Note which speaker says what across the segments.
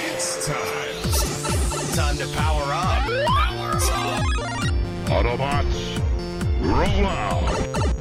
Speaker 1: It's time. Time to power up. Power up.
Speaker 2: Autobots, roll out!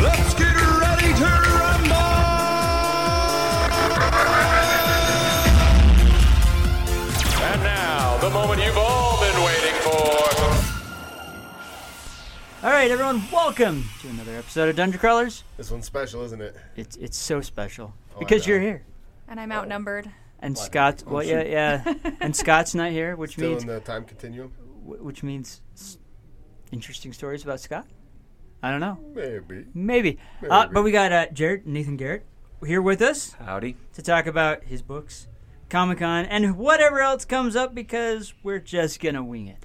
Speaker 1: Let's get ready to rumble!
Speaker 3: And now, the moment you've all been waiting for.
Speaker 4: All right, everyone, welcome to another episode of Dungeon Crawlers.
Speaker 5: This one's special, isn't it?
Speaker 4: It's it's so special
Speaker 5: Oh,
Speaker 4: because you're here,
Speaker 6: And
Speaker 4: Oh.
Speaker 6: I'm outnumbered.
Speaker 4: and Scott's well, yeah, yeah, and Scott's not here, which
Speaker 5: Still
Speaker 4: means
Speaker 5: in the time continuum?
Speaker 4: wh- which means s- interesting stories about Scott. I don't know,
Speaker 5: Maybe.
Speaker 4: maybe. Uh, but we got uh, Jared, Nathan Garrett, here with us. Howdy. To talk about his books, Comic Con, and whatever else comes up because we're just gonna wing it.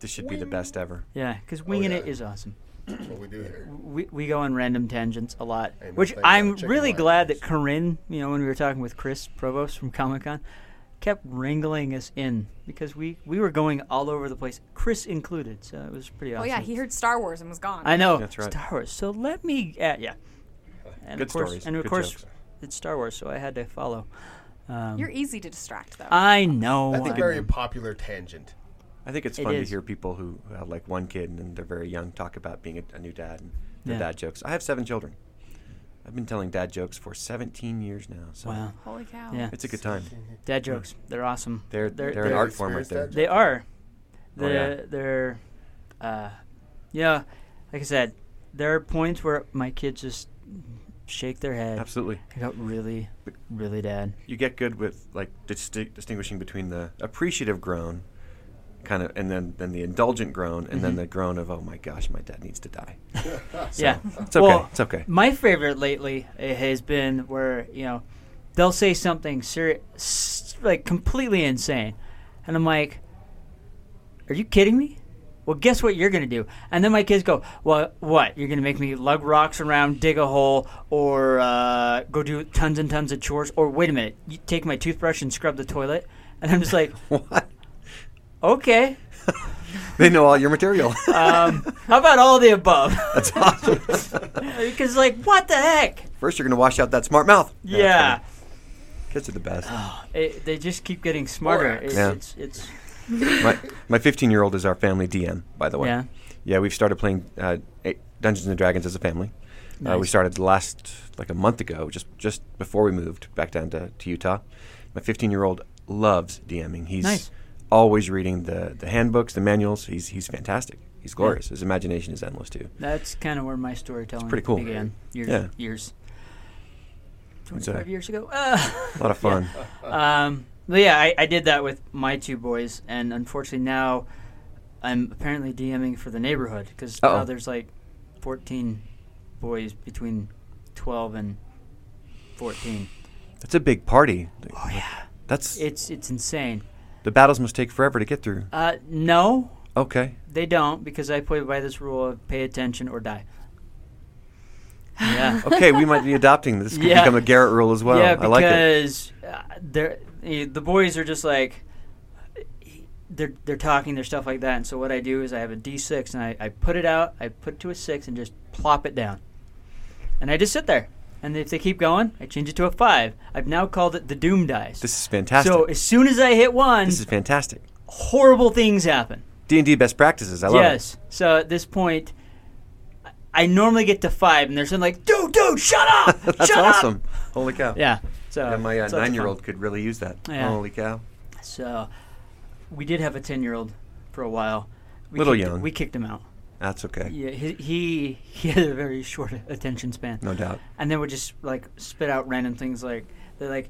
Speaker 7: This should be the best ever.
Speaker 4: Yeah, because winging
Speaker 5: Oh, yeah.
Speaker 4: it is awesome.
Speaker 5: That's what we do here.
Speaker 4: we, we go on random tangents a lot,
Speaker 5: Amen.
Speaker 4: which
Speaker 5: Thank God.
Speaker 4: I'm
Speaker 5: Chicken
Speaker 4: really
Speaker 5: wire.
Speaker 4: glad that Corinne, you know, when we were talking with Chris Provost from Comic Con, kept wrangling us in because we, we were going all over the place, Chris included. So it was pretty
Speaker 6: Oh
Speaker 4: awesome.
Speaker 6: yeah, he heard Star Wars and was gone.
Speaker 4: I know.
Speaker 7: That's right.
Speaker 4: Star Wars. So let me. Uh, yeah. And
Speaker 7: Good
Speaker 4: of course,
Speaker 7: stories,
Speaker 4: And of
Speaker 7: good
Speaker 4: course,
Speaker 7: jokes.
Speaker 4: it's Star Wars, so I had to follow.
Speaker 6: You're easy to distract though.
Speaker 4: I know.
Speaker 5: That's a
Speaker 4: I
Speaker 5: very
Speaker 4: know.
Speaker 5: popular tangent.
Speaker 7: I think it's
Speaker 4: It
Speaker 7: fun to
Speaker 4: is.
Speaker 7: hear people who have like one kid and they're very young talk about being a, a new dad and their
Speaker 4: Yeah.
Speaker 7: dad jokes. I have seven children. I've been telling dad jokes for 17 years now. So
Speaker 4: Wow.
Speaker 6: Holy cow.
Speaker 4: Yeah.
Speaker 7: it's a good time.
Speaker 4: Dad jokes. They're awesome.
Speaker 7: They're they're, an
Speaker 5: Have you
Speaker 7: art form right
Speaker 5: experienced
Speaker 7: there.
Speaker 5: that,
Speaker 4: They are. They're,
Speaker 7: Oh, yeah.
Speaker 4: they're, uh, yeah, like I said, there are points where my kids just shake their head.
Speaker 7: Absolutely.
Speaker 4: I go, really, really, Dad.
Speaker 7: You get good with like disti- distinguishing between the appreciative groan, kind of, and then then the indulgent groan, and
Speaker 4: Mm-hmm.
Speaker 7: then the groan of oh my gosh, my dad needs to die.
Speaker 4: yeah,
Speaker 7: It's okay.
Speaker 4: Well,
Speaker 7: it's okay.
Speaker 4: My favorite lately uh, has been where you know they'll say something serious, like completely insane, and I'm like, "Are you kidding me?" Well, guess what you're gonna do? And then my kids go, "Well, what? You're gonna make me lug rocks around, dig a hole, or uh, go do tons and tons of chores, or wait a minute, you take my toothbrush and scrub the toilet?" And I'm just like,
Speaker 7: What?
Speaker 4: "Okay,
Speaker 7: They know all your material.
Speaker 4: how about all the above?" That's awesome. Because like, what the heck?
Speaker 7: First, you're gonna wash out that smart mouth. No, it's
Speaker 4: yeah.
Speaker 7: funny. kids are the best.
Speaker 4: It, they just keep getting smarter. It,
Speaker 7: Yeah.
Speaker 4: It's it's
Speaker 7: my my 15 year old is our family DM, by the way.
Speaker 4: Yeah.
Speaker 7: Yeah, we've started playing uh, eight- Dungeons and Dragons as a family. Uh, we
Speaker 4: Nice.
Speaker 7: started last like a month ago, just just before we moved back down to, to Utah. My 15 year old loves DMing. He's
Speaker 4: Nice.
Speaker 7: always reading the the handbooks, the manuals. He's he's fantastic. He's glorious. His imagination is endless too.
Speaker 4: that's kind of where my storytelling
Speaker 7: pretty cool.
Speaker 4: began. Years,
Speaker 7: Yeah.
Speaker 4: years,
Speaker 7: It's a,
Speaker 4: five years ago. Uh,
Speaker 7: a lot of fun.
Speaker 4: um, but yeah, I, I did that with my two boys, and unfortunately now I'm apparently DMing for the neighborhood because now
Speaker 7: Uh-oh.
Speaker 4: there's like 14 boys between 12 and 14.
Speaker 7: That's a big party. Oh yeah. That's
Speaker 4: It's it's insane.
Speaker 7: the battles must take forever to get through.
Speaker 4: Uh, no,
Speaker 7: Okay.
Speaker 4: they don't because I play by this rule of pay attention or die. Yeah.
Speaker 7: Okay, we might be adopting this. Could
Speaker 4: Yeah.
Speaker 7: become a Garrett rule as well.
Speaker 4: yeah,
Speaker 7: I like it.
Speaker 4: because uh, they're eh, the boys are just like they're they're talking their stuff like that. And so what I do is I have a D6 and I, I put it out, I put it to a six and just plop it down, and I just sit there. And if they keep going, I change it to a five. I've now called it the doom dice.
Speaker 7: This is fantastic.
Speaker 4: so as soon as I hit one,
Speaker 7: this is fantastic.
Speaker 4: horrible things happen.
Speaker 7: D and D best practices. I love
Speaker 4: yes. So at this point, I- I normally get to five, and they're something like, "Dude, dude, shut up!
Speaker 7: it. That's
Speaker 4: shut
Speaker 7: awesome.
Speaker 4: up!"
Speaker 7: Holy cow.
Speaker 4: Yeah. So
Speaker 7: Yeah, my uh,
Speaker 4: so it's fun.
Speaker 7: nine-year-old could really use that.
Speaker 4: Yeah.
Speaker 7: Holy cow.
Speaker 4: So uh, we did have a ten-year-old for a while. We
Speaker 7: Little
Speaker 4: kicked,
Speaker 7: young.
Speaker 4: We kicked him out.
Speaker 7: That's okay.
Speaker 4: Yeah, he, he he had a very short attention span.
Speaker 7: No doubt.
Speaker 4: And then would just like spit out random things like they're like,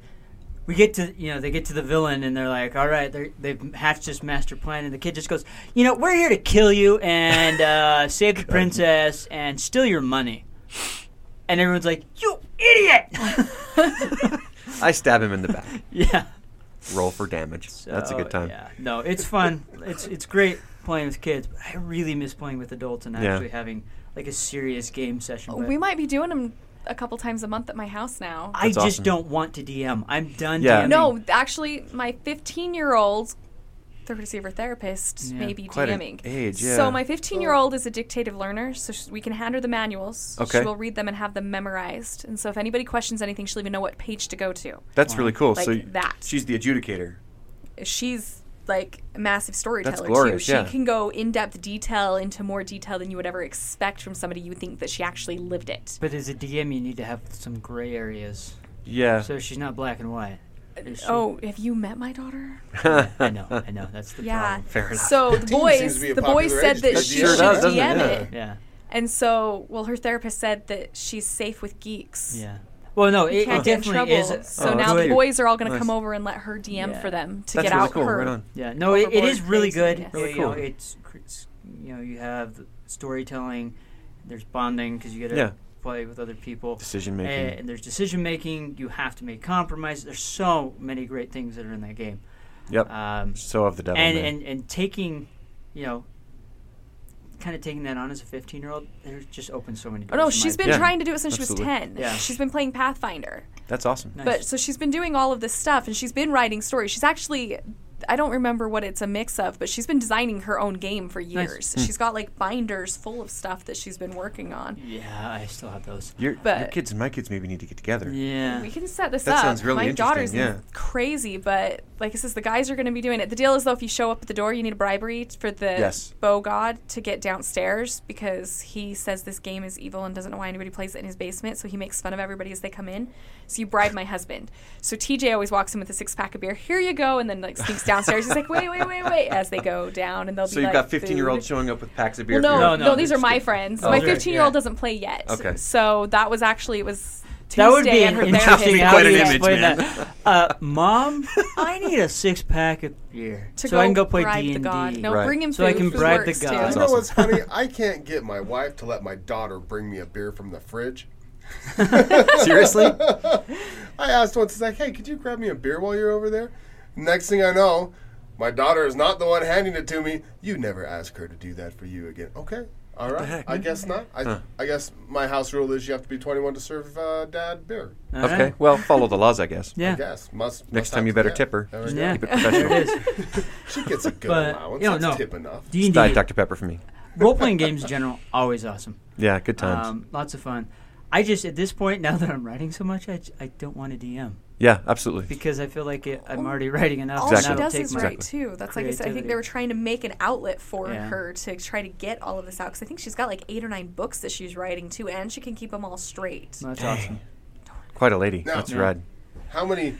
Speaker 4: we get to you know they get to the villain and they're like, all right, they're, they've hatched this master plan, and the kid just goes, you know, we're here to kill you and uh, save the princess and steal your money, and everyone's like, you idiot!
Speaker 7: I stab him in the back.
Speaker 4: yeah.
Speaker 7: Roll for damage. That's a
Speaker 4: So,
Speaker 7: good time.
Speaker 4: Yeah. No, it's fun. it's it's great playing with kids, but I really miss playing with adults and
Speaker 7: Yeah.
Speaker 4: actually having like a serious game session. but
Speaker 6: Oh, We might be doing them a couple times a month at my house now.
Speaker 4: I
Speaker 7: That's
Speaker 4: just
Speaker 7: awesome.
Speaker 4: don't want to DM. I'm done
Speaker 7: Yeah.
Speaker 4: DMing.
Speaker 6: no, actually, my 15 year old, courtesy of her therapist,
Speaker 4: Yeah.
Speaker 6: may be
Speaker 7: Quite an
Speaker 6: DMing.
Speaker 7: age, yeah.
Speaker 6: So my 15 year old is a dictative learner, so sh- we can hand her the manuals.
Speaker 7: Okay.
Speaker 6: She will read them and have them memorized. And so if anybody questions anything, she'll even know what page to go to.
Speaker 7: That's really cool. so
Speaker 6: Like that.
Speaker 7: she's the adjudicator.
Speaker 6: she's like a massive storyteller
Speaker 7: glorious,
Speaker 6: too. She
Speaker 7: yeah.
Speaker 6: can go in depth detail into more detail than you would ever expect from somebody you would think that she actually lived it.
Speaker 4: But as a DM, you need to have some gray areas.
Speaker 7: Yeah.
Speaker 4: So she's not black and white. Is she?
Speaker 6: Oh, have you met my daughter?
Speaker 5: Oh,
Speaker 4: I know, I know. That's the
Speaker 6: Yeah.
Speaker 4: problem.
Speaker 7: Fair enough.
Speaker 6: So the boys
Speaker 5: seems to be a
Speaker 6: the boys
Speaker 5: popular
Speaker 6: said
Speaker 5: age
Speaker 6: that
Speaker 5: to
Speaker 6: she
Speaker 5: DM. Sure
Speaker 6: should
Speaker 7: does, doesn't it?
Speaker 6: DM
Speaker 7: Yeah.
Speaker 6: it.
Speaker 4: Yeah,
Speaker 6: And so well her therapist said that she's safe with geeks.
Speaker 4: yeah. Well, no,
Speaker 6: You
Speaker 4: it,
Speaker 6: Can't
Speaker 4: it
Speaker 6: get in
Speaker 4: definitely
Speaker 6: trouble.
Speaker 4: is.
Speaker 6: so
Speaker 7: Oh,
Speaker 6: now
Speaker 7: that's
Speaker 6: the
Speaker 7: cute.
Speaker 6: boys are all going to
Speaker 7: Nice.
Speaker 6: come over and let her DM for them to
Speaker 7: That's
Speaker 6: get
Speaker 7: really
Speaker 6: out
Speaker 7: cool.
Speaker 6: her.
Speaker 7: Right on.
Speaker 4: Yeah, no, it, it
Speaker 6: overboard
Speaker 4: is really good.
Speaker 6: craziness.
Speaker 4: Really
Speaker 6: Really
Speaker 4: cool.
Speaker 7: cool.
Speaker 4: It's, cr- it's you know you have storytelling, there's bonding because you get to
Speaker 7: Yeah.
Speaker 4: play with other people,
Speaker 7: Decision
Speaker 4: A-
Speaker 7: making.
Speaker 4: and, there's decision making. You have to make compromises. There's so many great things that are in that game.
Speaker 7: Yep.
Speaker 4: Um,
Speaker 7: so of the devil.
Speaker 4: and,
Speaker 7: man.
Speaker 4: and and taking, you know, kind of taking that on as a 15 year old, there's just opened so many.
Speaker 6: Oh no,
Speaker 4: doors in
Speaker 6: she's
Speaker 4: my-
Speaker 6: been
Speaker 7: Yeah.
Speaker 6: trying to do it since she was
Speaker 7: Absolutely.
Speaker 6: 10.
Speaker 4: Yeah.
Speaker 6: She's been playing Pathfinder.
Speaker 7: That's awesome.
Speaker 4: Nice.
Speaker 6: But so she's been doing all of this stuff and she's been writing stories. She's actually I don't remember what it's a mix of, but she's been designing her own game for years. She's got like binders full of stuff that she's been working on.
Speaker 4: yeah, I still have those.
Speaker 7: Your, your
Speaker 6: but-
Speaker 7: kids and my kids maybe need to get together.
Speaker 4: Yeah.
Speaker 6: We can set this
Speaker 7: That
Speaker 6: up.
Speaker 7: sounds really
Speaker 6: My
Speaker 7: interesting,
Speaker 6: daughter's
Speaker 7: yeah.
Speaker 6: crazy, but like I says, the guys are going to be doing it. The deal is though, if you show up at the door, you need a bribery t- for the
Speaker 7: Yes.
Speaker 6: bow god to get downstairs because he says this game is evil and doesn't know why anybody plays it in his basement. So he makes fun of everybody as they come in. So you bribe my husband. So TJ always walks in with a six pack of beer. Here you go, and then like sneaks downstairs. He's like, wait, wait, wait, wait, as they go down, and they'll
Speaker 7: So
Speaker 6: be
Speaker 7: you've
Speaker 6: like,
Speaker 7: got 15 year
Speaker 6: food.
Speaker 7: olds showing up with packs of beer.
Speaker 6: Well, no,
Speaker 7: for your-
Speaker 6: no,
Speaker 4: no,
Speaker 6: these
Speaker 4: they're
Speaker 6: are my friends.
Speaker 7: Oh,
Speaker 6: my
Speaker 7: okay.
Speaker 6: 15 year old
Speaker 4: Yeah.
Speaker 6: doesn't play yet.
Speaker 7: Okay.
Speaker 6: So that was actually, it was Tuesday
Speaker 4: That would be an
Speaker 6: and her therapist
Speaker 4: interesting
Speaker 7: be
Speaker 6: said
Speaker 4: how
Speaker 7: quite an
Speaker 4: you
Speaker 7: image,
Speaker 4: explain
Speaker 7: man.
Speaker 4: that. Uh, Mom, I need a six pack of beer
Speaker 6: to
Speaker 4: so I can go play
Speaker 6: bribe
Speaker 4: D
Speaker 6: the
Speaker 4: and
Speaker 6: god.
Speaker 4: D.
Speaker 6: No,
Speaker 7: Right.
Speaker 6: bring him
Speaker 4: So I
Speaker 6: food.
Speaker 4: can
Speaker 6: Food
Speaker 4: bribe the
Speaker 6: works,
Speaker 4: god.
Speaker 6: too.
Speaker 4: That's
Speaker 5: You know what's funny? I can't get my wife to let my daughter bring me a beer from the fridge.
Speaker 7: Seriously?
Speaker 4: Uh-huh.
Speaker 5: I asked once, it's like, hey, could you grab me a beer while you're over there? Next thing I know, my daughter is not the one handing it to me. You never ask her to do that for you again. Okay. All right. I guess not. I, I guess my house rule is you have to be 21 to serve uh, dad beer.
Speaker 4: All right.
Speaker 7: okay. Well, follow the laws, I guess.
Speaker 4: Yeah.
Speaker 5: Yes. Must,
Speaker 7: Next
Speaker 5: must
Speaker 7: time
Speaker 5: have
Speaker 7: you
Speaker 5: to
Speaker 7: better
Speaker 5: that.
Speaker 7: tip her.
Speaker 5: There we go.
Speaker 4: Yeah.
Speaker 7: Keep it professional.
Speaker 4: There it is.
Speaker 5: She gets a good
Speaker 4: But,
Speaker 5: allowance.
Speaker 4: you know,
Speaker 5: That's
Speaker 4: no.
Speaker 5: tip enough.
Speaker 4: D and
Speaker 7: Diet
Speaker 4: D
Speaker 7: Dr. Pepper for me.
Speaker 4: role playing games in general always awesome.
Speaker 7: Yeah, good times.
Speaker 4: Um, lots of fun. I just at this point now that I'm writing so much, I, j- I don't want to DM
Speaker 7: yeah, absolutely.
Speaker 4: because I feel like it, I'm already writing enough.
Speaker 6: Oh. All
Speaker 4: and
Speaker 6: she
Speaker 7: Exactly.
Speaker 4: that'll
Speaker 6: does
Speaker 4: take
Speaker 6: is
Speaker 4: my-
Speaker 6: write too. That's like I said. I think
Speaker 4: creativity.
Speaker 6: they were trying to make an outlet for
Speaker 4: Yeah.
Speaker 6: her to try to get all of this out because I think she's got like eight or nine books that she's writing too, and she can keep them all straight.
Speaker 4: That's awesome.
Speaker 7: Quite a lady.
Speaker 5: No.
Speaker 7: That's
Speaker 5: Yeah.
Speaker 7: rad.
Speaker 5: How many?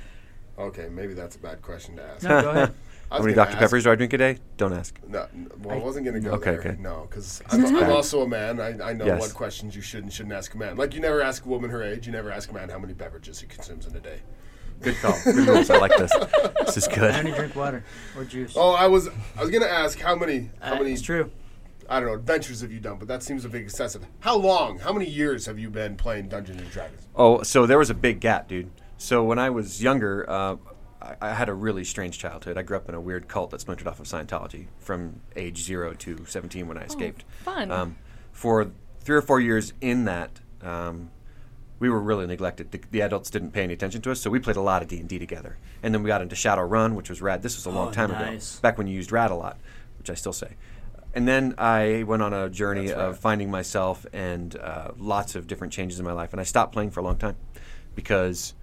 Speaker 5: Okay, maybe that's a bad question to ask.
Speaker 4: No, go ahead.
Speaker 5: I
Speaker 7: How
Speaker 5: was
Speaker 7: many
Speaker 5: gonna
Speaker 7: Dr.
Speaker 5: ask-
Speaker 7: Peppers do I drink a day? Don't ask.
Speaker 5: No, n- well, I wasn't gonna go
Speaker 7: Okay,
Speaker 5: there.
Speaker 7: okay.
Speaker 5: No, because I'm, I'm also a man. I, I know
Speaker 7: Yes.
Speaker 5: what questions you should and shouldn't ask a man. Like you never ask a woman her age. You never ask a man how many beverages he consumes in a day.
Speaker 7: Good call. Good rules. I like this. This is
Speaker 4: I only
Speaker 7: good.
Speaker 4: drink water or juice.
Speaker 5: Oh, I was I was gonna ask how many how
Speaker 4: Uh,
Speaker 5: many
Speaker 4: it's true.
Speaker 5: I don't know adventures have you done, but that seems a bit excessive. How long? How many years have you been playing Dungeons and Dragons?
Speaker 7: Oh, so there was a big gap, dude. So when I was younger, uh, I, I had a really strange childhood. I grew up in a weird cult that splintered off of Scientology from age zero to 17 when I escaped.
Speaker 6: fun.
Speaker 7: Um, for three or four years in that, um, we were really neglected. The, the adults didn't pay any attention to us, so we played a lot of D and D together. And then we got into Shadowrun, which was rad. This was a long time
Speaker 4: nice.
Speaker 7: ago, back when you used rad a lot, which I still say. And then I went on a journey of finding myself and uh, lots of different changes in my life. And I stopped playing for a long time because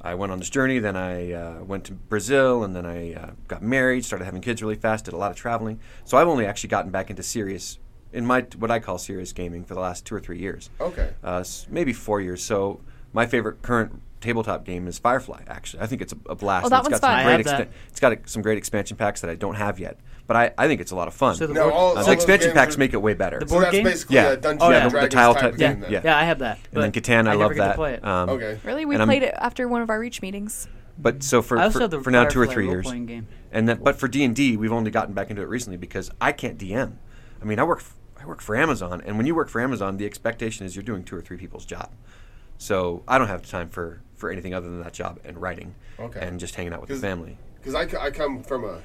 Speaker 7: I went on this journey. Then I uh, went to Brazil, and then I uh, got married, started having kids really fast, did a lot of traveling. So I've only actually gotten back into serious, in my what I call serious gaming, for the last two or three years
Speaker 5: Okay.
Speaker 7: uh, s- maybe four years. So my favorite current tabletop game is Firefly. Actually, I think it's a, a blast.
Speaker 6: Oh, that
Speaker 7: It's
Speaker 6: one's
Speaker 7: got
Speaker 6: fun.
Speaker 7: Some
Speaker 6: I
Speaker 7: great
Speaker 4: have that.
Speaker 7: It's got a, some great expansion packs that I don't have yet, but I, I think it's a lot of fun.
Speaker 4: So the
Speaker 7: Uh,
Speaker 5: No,
Speaker 4: board,
Speaker 5: all,
Speaker 7: the
Speaker 5: all those
Speaker 7: expansion
Speaker 5: games
Speaker 7: packs
Speaker 5: are-
Speaker 7: make it way better.
Speaker 4: the
Speaker 5: So
Speaker 4: board
Speaker 5: that's
Speaker 4: game.
Speaker 5: basically
Speaker 7: Yeah.
Speaker 5: a Dungeons
Speaker 4: Oh, yeah,
Speaker 5: and
Speaker 4: the-
Speaker 7: the
Speaker 5: Dragons
Speaker 7: tile
Speaker 5: type
Speaker 7: type
Speaker 5: of
Speaker 4: yeah,
Speaker 5: game. then.
Speaker 7: yeah.
Speaker 4: yeah, I have that.
Speaker 7: and then
Speaker 4: but
Speaker 7: Catan, I,
Speaker 4: never
Speaker 7: love
Speaker 4: get to
Speaker 7: that.
Speaker 4: play it.
Speaker 7: Um,
Speaker 5: Okay.
Speaker 6: Really, we
Speaker 7: And I'm-
Speaker 6: played it after one of our Reach meetings.
Speaker 7: But so for
Speaker 4: I also
Speaker 7: for,
Speaker 4: have the
Speaker 7: for now two or
Speaker 4: Firefly
Speaker 7: three years,
Speaker 4: role-playing game.
Speaker 7: and that but for D and D we've only gotten back into it recently because I can't DM. I mean I work f- I work for Amazon, and when you work for Amazon, the expectation is you're doing two or three people's job. So I don't have time for for anything other than that job and writing,
Speaker 5: Okay.
Speaker 7: and just hanging out with the
Speaker 5: 'Cause-
Speaker 7: family.
Speaker 5: Because I, c- I come from a.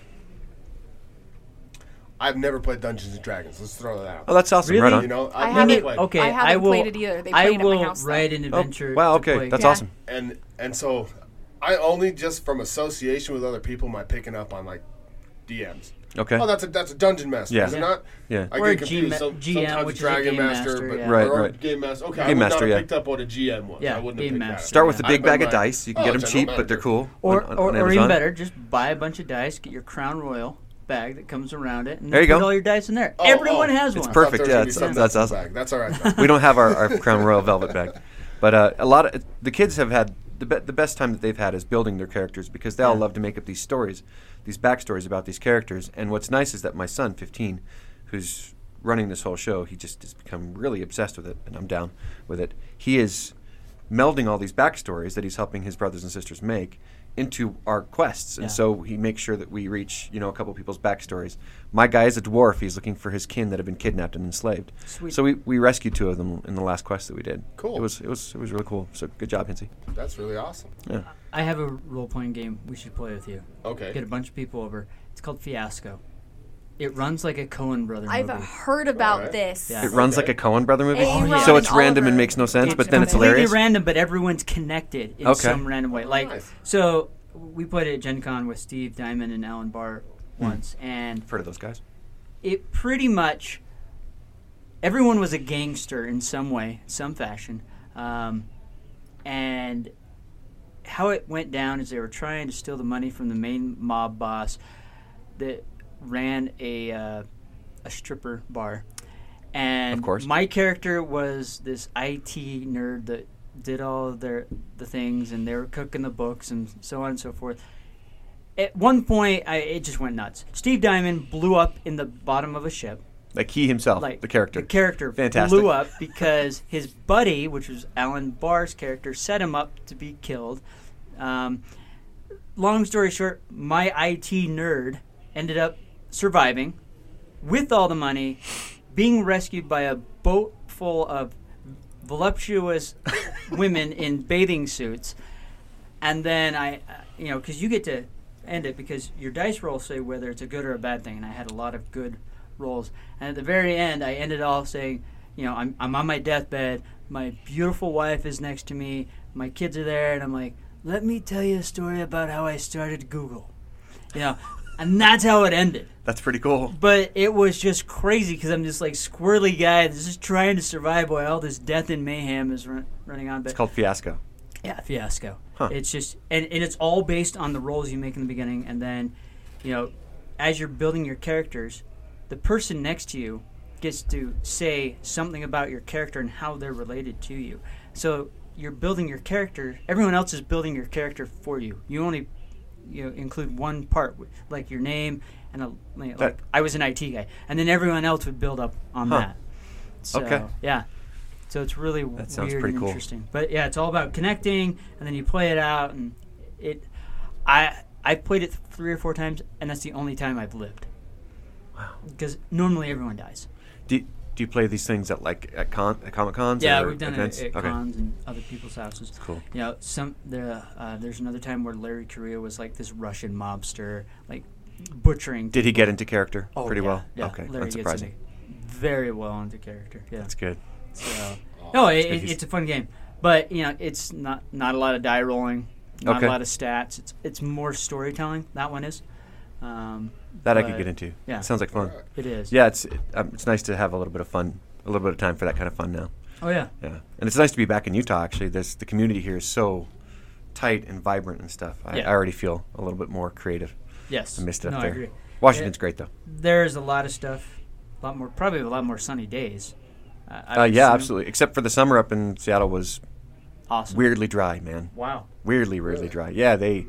Speaker 5: I've never played Dungeons and Dragons. Let's throw that out.
Speaker 7: Oh, that's awesome. Right Really? on.
Speaker 5: You know,
Speaker 6: I
Speaker 5: I've
Speaker 6: haven't-
Speaker 5: never played.
Speaker 4: Okay,
Speaker 6: I
Speaker 4: I,
Speaker 6: haven't
Speaker 4: will.
Speaker 6: played it either. They
Speaker 4: I
Speaker 6: played it at my
Speaker 4: will
Speaker 6: house, though.
Speaker 4: write an
Speaker 7: Oh,
Speaker 4: adventure.
Speaker 7: wow!
Speaker 4: to play.
Speaker 7: Okay, that's
Speaker 6: Yeah.
Speaker 7: awesome.
Speaker 5: And and so, I only just from association with other people am I picking up on like DMs.
Speaker 7: Okay.
Speaker 5: Oh, that's a that's a dungeon master.
Speaker 7: Yeah.
Speaker 5: Is it not?
Speaker 7: Yeah.
Speaker 5: I
Speaker 4: Or a
Speaker 5: get confused.
Speaker 4: GM
Speaker 5: So,
Speaker 4: GM,
Speaker 5: sometimes
Speaker 4: which is a
Speaker 5: dragon
Speaker 4: game
Speaker 5: master,
Speaker 4: master,
Speaker 5: but
Speaker 4: yeah.
Speaker 7: Right,
Speaker 5: or a
Speaker 7: right.
Speaker 5: game master. Okay, I
Speaker 7: Game
Speaker 5: would not
Speaker 7: master,
Speaker 5: have
Speaker 7: yeah.
Speaker 5: picked up what a GM was.
Speaker 4: Yeah,
Speaker 5: I wouldn't
Speaker 4: game
Speaker 5: have picked
Speaker 4: master.
Speaker 5: that.
Speaker 7: Start with the
Speaker 5: I've
Speaker 7: big
Speaker 5: been
Speaker 7: bag of
Speaker 5: like,
Speaker 7: dice. You can
Speaker 5: oh,
Speaker 7: get 'em get them
Speaker 5: general
Speaker 7: cheap,
Speaker 5: manager.
Speaker 7: but they're cool.
Speaker 4: Or,
Speaker 7: on- on
Speaker 4: or, or even
Speaker 7: Amazon.
Speaker 4: better, just buy a bunch of dice, get your Crown Royal bag that comes around it, and
Speaker 7: There
Speaker 4: then
Speaker 7: you
Speaker 4: put
Speaker 7: go.
Speaker 4: all your dice in there.
Speaker 5: Oh,
Speaker 4: Everyone
Speaker 5: oh,
Speaker 4: has
Speaker 5: I
Speaker 4: one.
Speaker 5: thought
Speaker 7: perfect.
Speaker 5: there was
Speaker 7: Yeah,
Speaker 5: gonna be
Speaker 7: it's-
Speaker 5: something
Speaker 7: that's
Speaker 5: else in the
Speaker 7: awesome.
Speaker 5: bag. That's all right. though.
Speaker 7: we don't have our, our Crown Royal velvet bag, but uh, a lot of the kids have had the be- the best time that they've had is building their characters because they all love to make up these stories, these backstories about these characters. And what's nice is that my son, 15, who's running this whole show, he just has become really obsessed with it, and I'm down with it. He is melding all these backstories that he's helping his brothers and sisters make into our quests and
Speaker 4: Yeah.
Speaker 7: so he makes sure that we reach you know a couple people's backstories my guy is a dwarf he's looking for his kin that have been kidnapped and enslaved
Speaker 4: Sweet.
Speaker 7: so we, we rescued two of them in the last quest that we did
Speaker 5: Cool.
Speaker 7: it was it was it was really cool so good job Hinsey.
Speaker 5: That's really awesome.
Speaker 4: I have a role playing game we should play with you.
Speaker 5: Okay.
Speaker 4: Get a bunch of people over. It's called Fiasco. It runs like a Cohen brother movie.
Speaker 6: I've heard about
Speaker 5: Alright.
Speaker 6: this.
Speaker 4: Yeah.
Speaker 7: it runs like a cohen brother movie
Speaker 6: Oh, yeah.
Speaker 7: so it's
Speaker 6: Ron and
Speaker 7: random and
Speaker 6: Oliver.
Speaker 7: makes no sense
Speaker 6: It's
Speaker 7: but then it's
Speaker 4: completely
Speaker 7: hilarious
Speaker 4: random, but everyone's connected in
Speaker 7: Okay.
Speaker 4: some random way. Like
Speaker 5: Nice.
Speaker 4: so, we played it at Gen Con with Steve Diamond and Alan Barr once, and
Speaker 7: I've heard of those guys
Speaker 4: it pretty much everyone was a gangster in some way, some fashion, um, and how it went down is they were trying to steal the money from the main mob boss that ran a uh, a stripper bar, and
Speaker 7: Of course.
Speaker 4: my character was this IT nerd that did all of their the things, and they were cooking the books and so on and so forth at one point, I, it just went nuts. Steve Diamond blew up in the bottom of a ship.
Speaker 7: like he himself
Speaker 4: Like
Speaker 7: the character
Speaker 4: the character
Speaker 7: fantastic
Speaker 4: blew up because his buddy, which was Alan Barr's character, set him up to be killed. Um, long story short, my IT nerd ended up surviving with all the money, being rescued by a boat full of voluptuous women in bathing suits and then I, uh, you know, because you get to end it because your dice rolls say whether it's a good or a bad thing, and I had a lot of good rolls. And at the very end, I ended all saying, you know, I'm, I'm on my deathbed, my beautiful wife is next to me, my kids are there, and I'm like, let me tell you a story about how I started Google, you know, and that's how it ended.
Speaker 7: that's pretty cool
Speaker 4: But it was just crazy because I'm just like squirrely guy that's just trying to survive while all this death and mayhem is run, running on. But
Speaker 7: it's called fiasco
Speaker 4: yeah, fiasco. It's just and, and it's all based on the roles you make in the beginning and then, you know, as you're building your characters, the person next to you gets to say something about your character and how they're related to you. So you're building your character. Everyone else is building your character for you. You only you know, include one part, wi- like your name and a, like
Speaker 7: That-
Speaker 4: I was an IT guy, and then everyone else would build up on that. So,
Speaker 7: Okay.
Speaker 4: Yeah. So it's really
Speaker 7: That sounds
Speaker 4: weird
Speaker 7: pretty
Speaker 4: and
Speaker 7: cool.
Speaker 4: interesting. But yeah, it's all about connecting, and then you play it out, and it. I I played it three or four times, and that's the only time I've lived. Wow. Because normally everyone dies.
Speaker 7: do, do you play these things at like at, con- at comic cons
Speaker 4: Yeah,
Speaker 7: or
Speaker 4: we've done
Speaker 7: events?
Speaker 4: it at
Speaker 7: okay.
Speaker 4: cons and other people's houses.
Speaker 7: cool.
Speaker 4: You know, some the uh, there's another time where Larry Korea was like this Russian mobster, like butchering.
Speaker 7: did he get into character
Speaker 4: Oh,
Speaker 7: pretty
Speaker 4: yeah,
Speaker 7: well
Speaker 4: Yeah,
Speaker 7: okay
Speaker 4: Larry
Speaker 7: that's
Speaker 4: gets
Speaker 7: surprising
Speaker 4: into- very well into character. Yeah.
Speaker 7: that's good
Speaker 4: So,
Speaker 7: Oh,
Speaker 4: no, it,
Speaker 7: good.
Speaker 4: it, it's a fun game, but you know, it's not not a lot of die rolling, not
Speaker 7: Okay.
Speaker 4: a lot of stats. It's it's more storytelling. That one is. Um,
Speaker 7: that I
Speaker 4: but
Speaker 7: could get into
Speaker 4: yeah.
Speaker 7: sounds like fun
Speaker 4: It is.
Speaker 7: Yeah, it's it, um, it's nice to have a little bit of fun, a little bit of time for that kind of fun now.
Speaker 4: Oh yeah.
Speaker 7: Yeah, and it's nice to be back in Utah. Actually, this the community here is so tight and vibrant and stuff. I,
Speaker 4: Yeah.
Speaker 7: I already feel a little bit more creative.
Speaker 4: Yes.
Speaker 7: I missed it
Speaker 4: no,
Speaker 7: up
Speaker 4: I
Speaker 7: there.
Speaker 4: agree.
Speaker 7: Washington's
Speaker 4: Yeah.
Speaker 7: great though.
Speaker 4: There's a lot of stuff, a lot more, probably a lot more sunny days. Uh, I
Speaker 7: Uh,
Speaker 4: would
Speaker 7: yeah,
Speaker 4: assume.
Speaker 7: absolutely. Except for the summer up in Seattle was
Speaker 4: Awesome.
Speaker 7: weirdly dry, man.
Speaker 4: Wow.
Speaker 7: Weirdly, weirdly dry. Yeah, they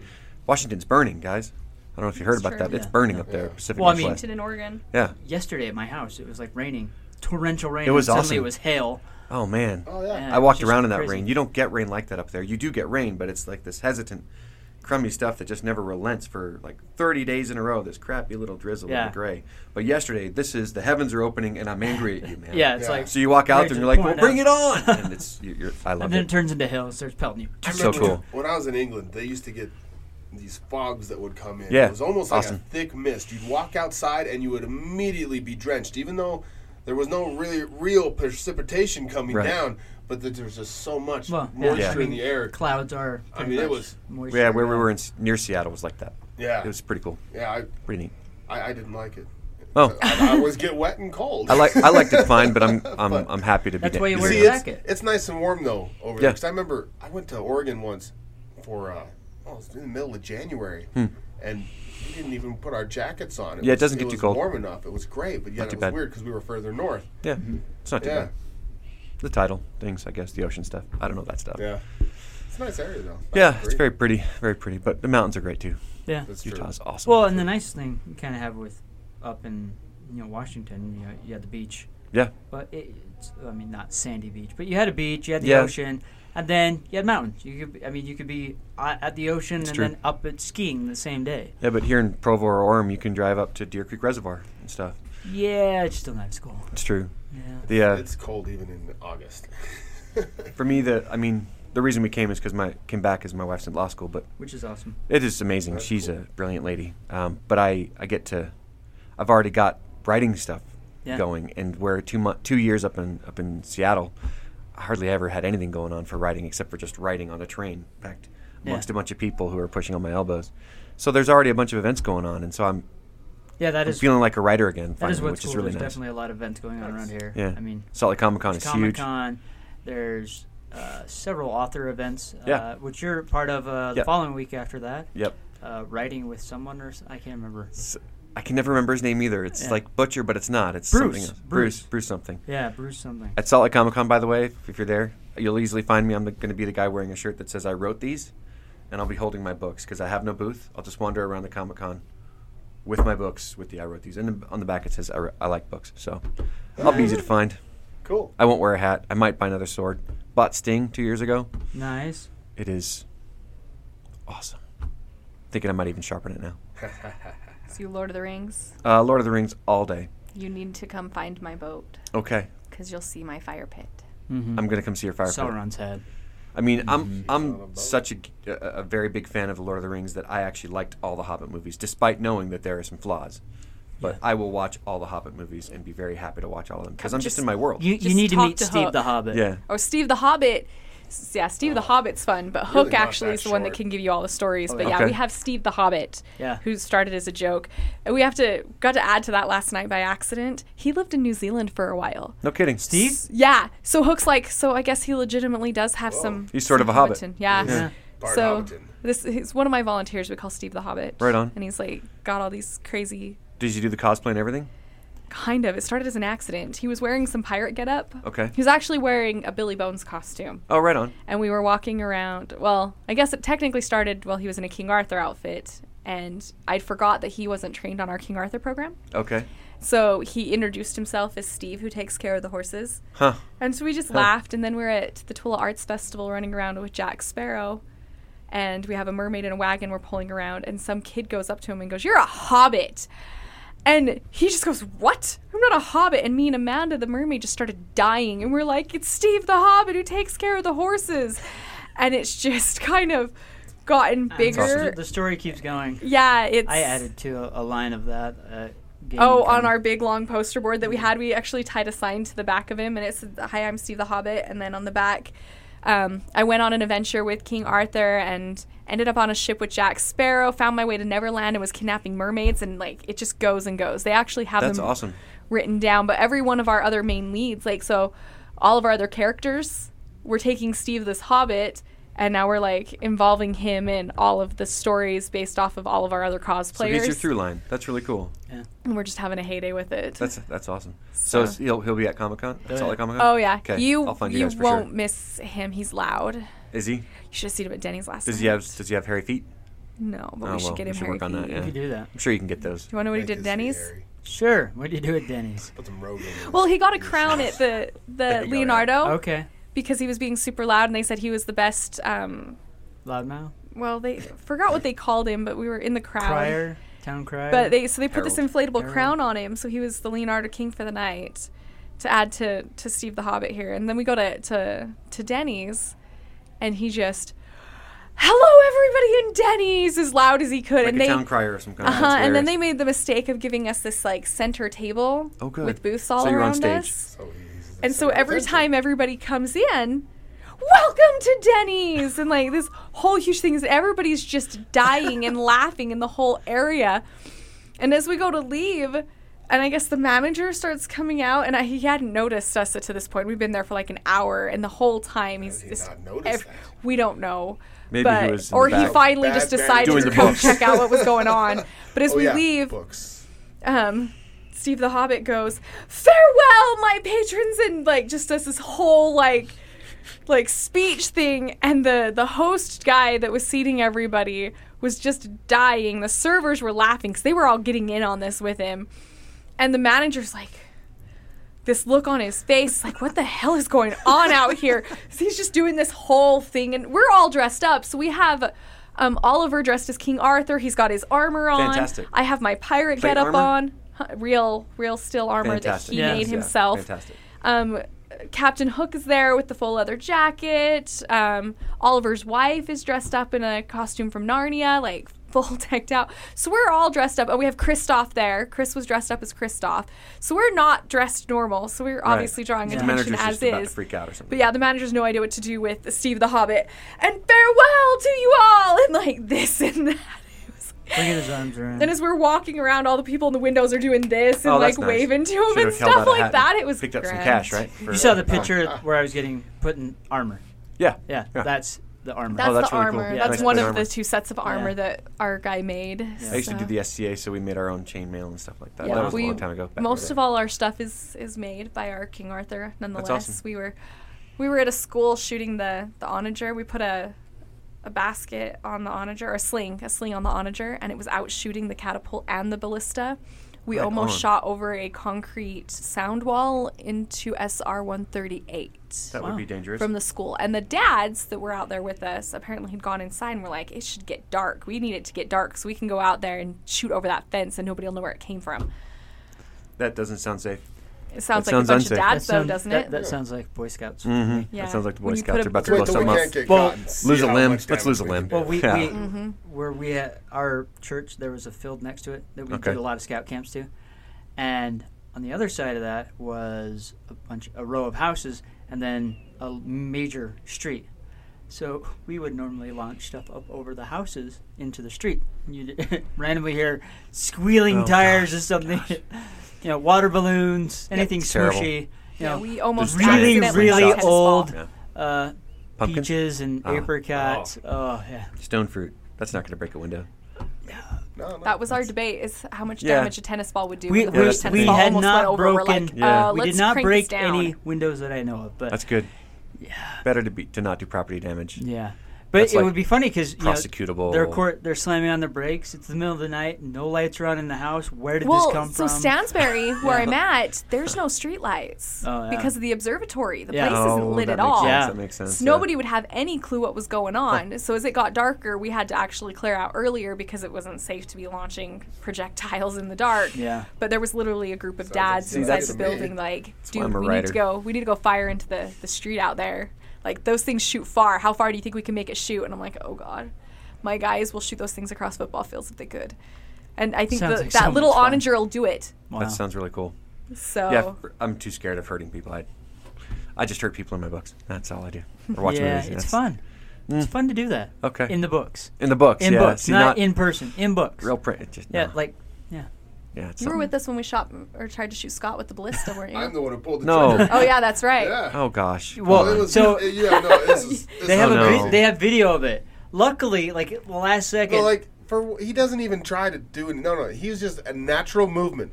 Speaker 7: Washington's burning, guys. I don't know if you heard
Speaker 6: It's
Speaker 7: about
Speaker 6: true.
Speaker 7: that. It's
Speaker 4: Yeah.
Speaker 7: burning up there, Pacific
Speaker 4: Well, I mean-
Speaker 7: Northwest.
Speaker 6: in Oregon.
Speaker 7: yeah.
Speaker 4: Yesterday at my house, it was like raining, torrential rain.
Speaker 7: It was
Speaker 4: and
Speaker 7: awesome.
Speaker 4: Suddenly it was hail.
Speaker 7: Oh man.
Speaker 5: Oh yeah.
Speaker 4: and
Speaker 7: I
Speaker 4: it was
Speaker 7: walked
Speaker 4: just
Speaker 7: around in that
Speaker 4: crazy.
Speaker 7: rain. You don't get rain like that up there. You do get rain, but it's like this hesitant, crummy stuff that just never relents for like 30 days in a row. This crappy little drizzle
Speaker 4: Yeah.
Speaker 7: of gray. But yesterday, this is the heavens are opening and I'm angry at you, man.
Speaker 4: Yeah, it's Yeah. like-
Speaker 7: so you walk out there and you're like, well,
Speaker 4: Point
Speaker 7: bring it
Speaker 4: out.
Speaker 7: on, and it's you, you're, I love
Speaker 4: and then it
Speaker 7: it.
Speaker 4: turns into hail and starts pelting you.
Speaker 7: I So remember- cool.
Speaker 5: When I was in England, they used to get these fogs that would come in.
Speaker 7: Yeah,
Speaker 5: It was almost like
Speaker 7: awesome.
Speaker 5: a thick mist. You'd walk outside and you would immediately be drenched, even though there was no really real precipitation coming
Speaker 7: Right.
Speaker 5: down. But that there was just so much
Speaker 4: Well, yeah,
Speaker 5: moisture
Speaker 7: Yeah.
Speaker 5: in the air.
Speaker 4: Clouds are.
Speaker 5: I
Speaker 4: pretty
Speaker 5: mean, it
Speaker 4: much
Speaker 5: was-
Speaker 4: moisture.
Speaker 7: Yeah, where we were in s- near Seattle was like that.
Speaker 5: Yeah.
Speaker 7: it was pretty cool,
Speaker 5: Yeah, I,
Speaker 7: pretty neat.
Speaker 5: I, I didn't like it.
Speaker 7: Oh.
Speaker 5: I, I always get wet and cold.
Speaker 7: I like I liked it fine, but I'm I'm, I'm happy to be.
Speaker 4: That's
Speaker 7: da-
Speaker 4: why you
Speaker 7: be
Speaker 4: wear
Speaker 7: there.
Speaker 4: your
Speaker 5: it's,
Speaker 4: jacket.
Speaker 5: it's nice and warm though over
Speaker 7: Yeah.
Speaker 5: there. Because I remember I went to Oregon once for uh, oh, it was in the middle of January, and we didn't even put our jackets on.
Speaker 7: Hmm. Yeah, it
Speaker 5: was-
Speaker 7: doesn't get too
Speaker 5: was
Speaker 7: cold.
Speaker 5: Warm enough. It was great, but yeah,
Speaker 7: Not
Speaker 5: it
Speaker 7: too
Speaker 5: was
Speaker 7: bad.
Speaker 5: weird because we were further north.
Speaker 7: Yeah, it's not too
Speaker 5: Yeah.
Speaker 7: bad. The tidal things, I guess, the ocean stuff. I don't know that stuff.
Speaker 5: Yeah, it's a nice area though.
Speaker 7: Yeah, it's very pretty, very pretty. But the mountains are great too.
Speaker 4: Yeah.
Speaker 5: That's true.
Speaker 7: Utah's awesome.
Speaker 4: Well, and the nice thing you kind of have with up in you know Washington, you know, you had the beach,
Speaker 7: yeah,
Speaker 4: but it, it's, I mean not sandy beach, but you had a beach, you had the
Speaker 7: Yeah.
Speaker 4: ocean, and then you had mountains. You could, be- I mean, you could be a- at the ocean and
Speaker 7: true.
Speaker 4: then up at skiing the same day.
Speaker 7: yeah. But here in Provo or Orem, you can drive up to Deer Creek Reservoir and stuff.
Speaker 4: Yeah, it's still not school.
Speaker 7: It's true.
Speaker 4: Yeah.
Speaker 7: The uh,
Speaker 5: It's cold even in August.
Speaker 7: for me, the I mean, the reason we came is because my came back is my wife's in law school, but
Speaker 4: Which is awesome.
Speaker 7: It is amazing. She's a brilliant lady. Um, but I, I get to, I've already got writing stuff
Speaker 4: Yeah.
Speaker 7: going, and where two mo- two years up in up in Seattle, I hardly ever had anything going on for writing except for just writing on a train, packed
Speaker 4: Yeah.
Speaker 7: amongst a bunch of people who are pushing on my elbows. So there's already a bunch of events going on, and so I'm,
Speaker 4: Yeah, that
Speaker 7: I'm
Speaker 4: is
Speaker 7: feeling like a writer again,
Speaker 4: that
Speaker 7: finally,
Speaker 4: is what's
Speaker 7: which
Speaker 4: cool.
Speaker 7: is really
Speaker 4: There's
Speaker 7: nice.
Speaker 4: definitely a lot of events going on around here.
Speaker 7: Yeah,
Speaker 4: I mean,
Speaker 7: Salt Lake Comic Con is
Speaker 4: Comic
Speaker 7: huge.
Speaker 4: Con. There's uh, several author events.
Speaker 7: Yeah.
Speaker 4: Uh, which you're part of uh, the
Speaker 7: Yeah.
Speaker 4: following week after that.
Speaker 7: Yep.
Speaker 4: Uh, writing with someone or s- I can't remember.
Speaker 7: S- I can never remember his name either. It's
Speaker 4: Yeah.
Speaker 7: like Butcher, but it's not. It's something
Speaker 4: Bruce.
Speaker 7: else.
Speaker 4: Bruce.
Speaker 7: Bruce, Bruce something.
Speaker 4: Yeah, Bruce something.
Speaker 7: At Salt Lake Comic Con, by the way, if you're there, you'll easily find me. I'm going to be the guy wearing a shirt that says I wrote these, and I'll be holding my books because I have no booth. I'll just wander around the Comic Con with my books, with the I wrote these, and on the back it says I, wr- I like books. So I'll be easy to find.
Speaker 5: cool.
Speaker 7: I won't wear a hat. I might buy another sword. Bought Sting two years ago.
Speaker 4: Nice.
Speaker 7: It is awesome. Thinking I might even sharpen it now.
Speaker 6: So you Lord of the Rings,
Speaker 7: Uh, Lord of the Rings all day.
Speaker 6: you need to come find my boat
Speaker 7: Okay,
Speaker 6: because you'll see my fire pit.
Speaker 7: I'm gonna come see your fire. pit.
Speaker 4: Sauron's head.
Speaker 7: I mean, I'm
Speaker 6: Mm-hmm.
Speaker 7: I'm such a, g- a- a very big fan of the Lord of the Rings that I actually liked all the Hobbit movies, despite knowing that there are some flaws. But I will watch all the Hobbit movies and be very happy to watch all of them because I'm just,
Speaker 6: Just-
Speaker 7: in my world.
Speaker 4: You, you
Speaker 6: Just
Speaker 4: need to
Speaker 6: talk
Speaker 4: meet
Speaker 6: to
Speaker 4: Steve
Speaker 6: Hook.
Speaker 4: the Hobbit.
Speaker 7: yeah,
Speaker 6: Oh, Steve the Hobbit. S- Yeah, Steve the Hobbit's fun, but Hook
Speaker 5: Oh. not
Speaker 6: actually
Speaker 5: that
Speaker 6: is the one that
Speaker 5: short.
Speaker 6: can give you all the stories. but
Speaker 7: yeah.
Speaker 6: yeah,
Speaker 7: Okay.
Speaker 6: we have Steve the Hobbit,
Speaker 4: Yeah.
Speaker 6: who started as a joke. And we have to got to add to that last night by accident. He lived in New Zealand for a while.
Speaker 7: no kidding.
Speaker 4: Steve?
Speaker 6: Yeah, so Hook's like, so I guess he legitimately does have some.
Speaker 7: He's sort
Speaker 6: some
Speaker 7: of a hobbit.
Speaker 6: Hobbiton. Yeah.
Speaker 5: Bart
Speaker 6: So
Speaker 5: Hobbiton.
Speaker 6: this is one of my volunteers. We call Steve the Hobbit.
Speaker 7: Right on.
Speaker 6: And he's like got all these crazy.
Speaker 7: Did you do the cosplay and everything?
Speaker 6: Kind of. It started as an accident. He was wearing some pirate getup.
Speaker 7: Okay.
Speaker 6: He was actually wearing a Billy Bones costume
Speaker 7: Oh, right on.
Speaker 6: and we were walking around. Well, I guess it technically started while he was in a King Arthur outfit, and I forgot that he wasn't trained on our King Arthur program.
Speaker 7: Okay.
Speaker 6: So he introduced himself as Steve, who takes care of the horses.
Speaker 7: Huh.
Speaker 6: And so we just laughed, and then we're at the Tula Arts Festival running around with Jack Sparrow, and we have a mermaid in a wagon we're pulling around, and some kid goes up to him and goes, You're a hobbit! And he just goes, What? I'm not a hobbit. And me and Amanda, the mermaid, just started dying. And we're like, It's Steve the hobbit who takes care of the horses. And it's just kind of gotten bigger.
Speaker 4: The story keeps going.
Speaker 6: Yeah, it's.
Speaker 4: I added to a, a line of that. Uh, game
Speaker 6: Oh, on
Speaker 4: coming.
Speaker 6: our big long poster board that we had, we actually tied a sign to the back of him, and it said, "Hi, I'm Steve the Hobbit." And then on the back, um, I went on an adventure with King Arthur and ended up on a ship with Jack Sparrow. Found my way to Neverland and was kidnapping mermaids, and like it just goes and goes. They actually have
Speaker 7: That's
Speaker 6: them
Speaker 7: awesome.
Speaker 6: written down, but every one of our other main leads, like so, all of our other characters, we're taking Steve this Hobbit. And now we're like involving him in all of the stories based off of all of our other cosplayers.
Speaker 7: So he's your through line. That's really cool.
Speaker 6: and we're just having a heyday with it.
Speaker 7: That's that's awesome. So, it's- he'll he'll be at Comic Con. That's all at Comic Con.
Speaker 6: Oh yeah,
Speaker 7: Okay.
Speaker 6: you
Speaker 7: I'll find you,
Speaker 6: you,
Speaker 7: guys for
Speaker 6: won't
Speaker 7: sure.
Speaker 6: miss him. He's loud. You
Speaker 7: Is he?
Speaker 6: should have seen him at Denny's last
Speaker 7: Does
Speaker 6: night.
Speaker 7: he have Does he have hairy feet?
Speaker 6: No, but
Speaker 7: oh
Speaker 6: we should
Speaker 7: well,
Speaker 6: get
Speaker 7: we
Speaker 6: him
Speaker 7: should
Speaker 6: Harry
Speaker 7: work on that.
Speaker 6: Feet.
Speaker 7: Yeah.
Speaker 4: You do that.
Speaker 7: I'm sure you can get those.
Speaker 6: You want to know what he did at Denny's?
Speaker 4: Sure. What do you do at Denny's?
Speaker 5: Put some rogue in there.
Speaker 6: Well, he got a crown at the the
Speaker 7: you go, yeah.
Speaker 6: Leonardo
Speaker 4: Okay.
Speaker 6: because he was being super loud, and they said he was the best. Um,
Speaker 4: Loudmouth.
Speaker 6: well, they forgot what they called him, but we were in the crowd.
Speaker 4: Crier, town crier.
Speaker 6: But they so they put this
Speaker 4: Herald.
Speaker 6: inflatable
Speaker 4: Herald.
Speaker 6: crown on him, so he was the Leonardo King for the night. To add to to Steve the Hobbit here, and then we go to to to Denny's, and he just. Hello, everybody in Denny's, as loud as he could,
Speaker 7: Like
Speaker 6: and
Speaker 7: a
Speaker 6: they
Speaker 7: town crier of some kind.
Speaker 6: Uh-huh,
Speaker 7: That's
Speaker 6: and then
Speaker 7: hilarious.
Speaker 6: they made the mistake of giving us this like center table
Speaker 7: Oh, good.
Speaker 6: with booths all
Speaker 7: So you're on
Speaker 6: around
Speaker 7: stage.
Speaker 6: us.
Speaker 5: Oh,
Speaker 6: and so every time everybody comes in, welcome to Denny's, and like this whole huge thing is everybody's just dying and laughing in the whole area. And as we go to leave, and I guess the manager starts coming out, and I, he hadn't noticed us to this point. We've been there for like an hour, and the whole time he's just ev- we don't know.
Speaker 7: Maybe he
Speaker 6: but,
Speaker 7: was in the
Speaker 6: or he
Speaker 7: back.
Speaker 6: finally
Speaker 5: Bad
Speaker 6: just
Speaker 5: manager.
Speaker 6: decided
Speaker 7: Doing
Speaker 6: to
Speaker 7: the
Speaker 6: come
Speaker 7: books.
Speaker 6: check out what was going on. But as
Speaker 5: Oh,
Speaker 6: we
Speaker 5: yeah,
Speaker 6: leave,
Speaker 5: books.
Speaker 6: um, Steve the Hobbit goes, "Farewell, my patrons," and like just does this whole like like speech thing, and the the host guy that was seating everybody was just dying. The servers were laughing because they were all getting in on this with him, and the manager's like. This look on his face, like, what the hell is going on out here? So he's just doing this whole thing, and we're all dressed up. So we have um, Oliver dressed as King Arthur. He's got his armor on.
Speaker 7: Fantastic.
Speaker 6: I have my pirate
Speaker 7: Plate
Speaker 6: get up
Speaker 7: armor?
Speaker 6: on Huh, real real steel armor
Speaker 7: Fantastic.
Speaker 6: that he
Speaker 4: Yes.
Speaker 6: made
Speaker 7: Yeah,
Speaker 6: himself
Speaker 7: Fantastic.
Speaker 6: um, captain hook is there with the full leather jacket um, oliver's wife is dressed up in a costume from narnia like full decked out so we're all dressed up and we have christoph there chris was dressed up as christoph so we're not dressed normal so we're obviously drawing
Speaker 7: The
Speaker 6: attention
Speaker 7: manager's
Speaker 6: as
Speaker 7: just about to
Speaker 6: is
Speaker 7: freak out or something.
Speaker 6: but yeah, the manager's no idea what to do with Steve the Hobbit. And farewell to you all! And like this and that. It was
Speaker 4: Look at his arms around.
Speaker 6: and as we're walking around, all the people in the windows are doing this and
Speaker 7: Oh,
Speaker 6: like
Speaker 7: that's nice.
Speaker 6: waving to him
Speaker 7: Should've
Speaker 6: and
Speaker 7: held out
Speaker 6: stuff
Speaker 7: a
Speaker 6: like
Speaker 7: hat and
Speaker 6: that. It was
Speaker 7: picked up some
Speaker 6: grand.
Speaker 7: cash, right? For-
Speaker 4: you saw the
Speaker 7: for fun.
Speaker 4: picture where I was getting put in armor.
Speaker 7: Yeah.
Speaker 4: Yeah, that's the armor.
Speaker 6: That's
Speaker 7: Oh, that's
Speaker 6: the
Speaker 7: really cool.
Speaker 6: armor.
Speaker 7: Yeah,
Speaker 6: That's
Speaker 7: nice
Speaker 6: one
Speaker 7: plain
Speaker 6: of the
Speaker 7: armor.
Speaker 6: two sets of armor
Speaker 4: Yeah.
Speaker 6: that our guy made.
Speaker 7: I used to do the SCA, so we made our own chainmail and stuff like that. that was a long time ago. back in the
Speaker 6: most
Speaker 7: day.
Speaker 6: of all our stuff is is made by our King Arthur. Nonetheless,
Speaker 7: awesome.
Speaker 6: we were we were at a school shooting the the onager. We put a a basket on the onager or a sling, a sling on the onager, and it was out shooting the catapult and the ballista. We
Speaker 7: Right
Speaker 6: almost
Speaker 7: on.
Speaker 6: shot over a concrete sound wall into SR 138
Speaker 7: that would be dangerous.
Speaker 6: from the school. And the dads that were out there with us apparently had gone inside and were like, it should get dark. We need it to get dark so we can go out there and shoot over that fence and nobody will know where it came from.
Speaker 7: that doesn't sound safe.
Speaker 6: It sounds
Speaker 7: That
Speaker 6: like
Speaker 7: sounds
Speaker 6: a bunch
Speaker 7: unsafe.
Speaker 6: of dads,
Speaker 4: sound-
Speaker 6: though, doesn't
Speaker 4: that,
Speaker 6: it?
Speaker 4: That sounds like Boy Scouts.
Speaker 6: yeah.
Speaker 7: That sounds like the Boy
Speaker 6: When you
Speaker 7: Scouts
Speaker 6: put
Speaker 7: are
Speaker 6: a-
Speaker 7: about to
Speaker 5: Wait
Speaker 7: blow
Speaker 5: till we
Speaker 7: something up.
Speaker 5: can't get
Speaker 4: Well,
Speaker 5: caught and see
Speaker 7: Lose a
Speaker 5: how
Speaker 7: limb.
Speaker 5: much
Speaker 7: Let's lose a
Speaker 5: damage we
Speaker 7: limb.
Speaker 5: can
Speaker 4: Well, we,
Speaker 7: Yeah.
Speaker 4: we
Speaker 6: Mm-hmm.
Speaker 4: where we at our church, there was a field next to it that we
Speaker 7: Okay.
Speaker 4: did a lot of scout camps to, and on the other side of that was a bunch, a row of houses, and then a major street. So we would normally launch stuff up over the houses into the street. You randomly hear squealing
Speaker 7: Oh,
Speaker 4: tires or something, you know, water balloons, anything
Speaker 7: terrible.
Speaker 4: smooshy. You
Speaker 6: yeah,
Speaker 4: know,
Speaker 6: we almost
Speaker 7: giant
Speaker 4: really,
Speaker 6: accidentally
Speaker 4: really
Speaker 7: slingshot.
Speaker 6: shot a tennis ball.
Speaker 4: old
Speaker 7: Yeah.
Speaker 4: uh,
Speaker 7: Pumpkin?
Speaker 4: peaches and
Speaker 7: Oh.
Speaker 4: apricots. Oh yeah.
Speaker 7: Stone fruit. That's not going to break a window.
Speaker 5: do. No, no.
Speaker 6: That was our debate: is how much
Speaker 7: Yeah.
Speaker 6: damage a tennis ball would do.
Speaker 4: We,
Speaker 6: and the
Speaker 4: we,
Speaker 6: first
Speaker 7: that's
Speaker 4: we
Speaker 6: tennis
Speaker 7: the thing.
Speaker 6: ball
Speaker 4: had
Speaker 6: almost
Speaker 4: not
Speaker 6: went over. We're
Speaker 4: broken.
Speaker 6: like,
Speaker 7: Yeah.
Speaker 6: uh,
Speaker 4: we
Speaker 6: let's
Speaker 4: did not
Speaker 6: crank this
Speaker 4: break
Speaker 6: down.
Speaker 4: any windows that I know of. But
Speaker 7: That's good. Yeah. Better to be to not do property damage.
Speaker 4: yeah, but
Speaker 7: That's
Speaker 4: it
Speaker 7: like
Speaker 4: would be funny because
Speaker 7: prosecutable.
Speaker 4: they're court. They're slamming on the brakes. It's the middle of the night. No lights are on in the house. Where did
Speaker 6: Well,
Speaker 4: this come
Speaker 6: so
Speaker 4: from?
Speaker 6: Stansbury, where I'm at, there's no streetlights
Speaker 4: Oh, yeah.
Speaker 6: because of the observatory. The
Speaker 4: Yeah.
Speaker 6: place
Speaker 7: Oh,
Speaker 6: isn't lit at
Speaker 7: that makes
Speaker 6: all.
Speaker 7: Sense.
Speaker 4: Yeah.
Speaker 7: That makes sense.
Speaker 6: So
Speaker 7: yeah.
Speaker 6: nobody would have any clue what was going on. So as it got darker, we had to actually clear out earlier because it wasn't safe to be launching projectiles in the dark.
Speaker 4: Yeah.
Speaker 6: But there was literally a group of
Speaker 5: Sounds
Speaker 6: dads
Speaker 5: like
Speaker 6: inside
Speaker 5: that's
Speaker 6: the
Speaker 5: me.
Speaker 6: building, like,
Speaker 7: why
Speaker 6: dude,
Speaker 7: I'm a
Speaker 6: we need
Speaker 7: writer."
Speaker 6: to go. We need to go fire into the the street out there. Like those things shoot far. How far do you think we can make it shoot? And I'm like, oh god, my guys will shoot those things across football fields if they could. And I think
Speaker 4: Sounds
Speaker 6: the,
Speaker 4: like so
Speaker 6: that little
Speaker 4: much fun.
Speaker 6: onager will do it.
Speaker 4: wow.
Speaker 7: That sounds really cool.
Speaker 6: So
Speaker 4: Oh.
Speaker 7: Yeah, f- I'm too scared of hurting people. I, I just hurt people in my books. That's all I do. Or watch
Speaker 4: yeah,
Speaker 7: movies.
Speaker 4: it's
Speaker 7: That's-
Speaker 4: fun. It's fun to do that.
Speaker 7: Okay.
Speaker 4: In the books.
Speaker 7: In the books.
Speaker 4: In
Speaker 7: yeah.
Speaker 4: books,
Speaker 7: See,
Speaker 4: not,
Speaker 7: not,
Speaker 4: in person. In books.
Speaker 7: real print. Just,
Speaker 4: yeah,
Speaker 7: no.
Speaker 4: like yeah.
Speaker 7: yeah. It's
Speaker 6: you were
Speaker 7: something.
Speaker 6: with us when we shot or tried to shoot Scott with the ballista, weren't you?
Speaker 5: I'm the one who pulled the
Speaker 7: No.
Speaker 5: trigger.
Speaker 6: oh yeah, that's right.
Speaker 5: Yeah.
Speaker 7: Oh gosh.
Speaker 4: Well,
Speaker 5: It was-
Speaker 4: so
Speaker 5: yeah, no, this is, this
Speaker 4: they
Speaker 5: is-
Speaker 4: have
Speaker 7: Oh,
Speaker 4: a
Speaker 7: no.
Speaker 4: vi- they have video of it. Luckily, like at the last second.
Speaker 5: No, like for he doesn't even try to do it. No, no, he was just a natural movement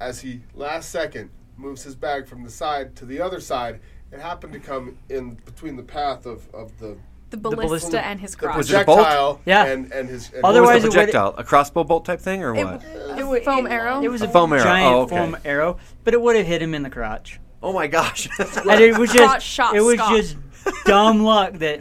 Speaker 5: as he last second moves his bag from the side to the other side. It happened to come in between the path of, of the,
Speaker 6: The ballista,
Speaker 4: ballista-
Speaker 6: and his
Speaker 5: the
Speaker 6: crotch.
Speaker 7: it a bolt?
Speaker 5: projectile
Speaker 4: Yeah.
Speaker 5: and and his. And
Speaker 7: What was
Speaker 4: Otherwise
Speaker 7: the
Speaker 4: it would've-
Speaker 7: projectile? A crossbow bolt type thing or what?
Speaker 6: it, a foam arrow.
Speaker 4: it was
Speaker 7: A
Speaker 4: a,
Speaker 7: foam arrow.
Speaker 4: giant
Speaker 7: Oh, okay.
Speaker 4: foam arrow, but it would have hit him in the crotch.
Speaker 7: oh my gosh.
Speaker 4: and it was
Speaker 6: Crotch
Speaker 4: just
Speaker 6: shot
Speaker 4: it was
Speaker 6: Scott.
Speaker 4: just dumb luck that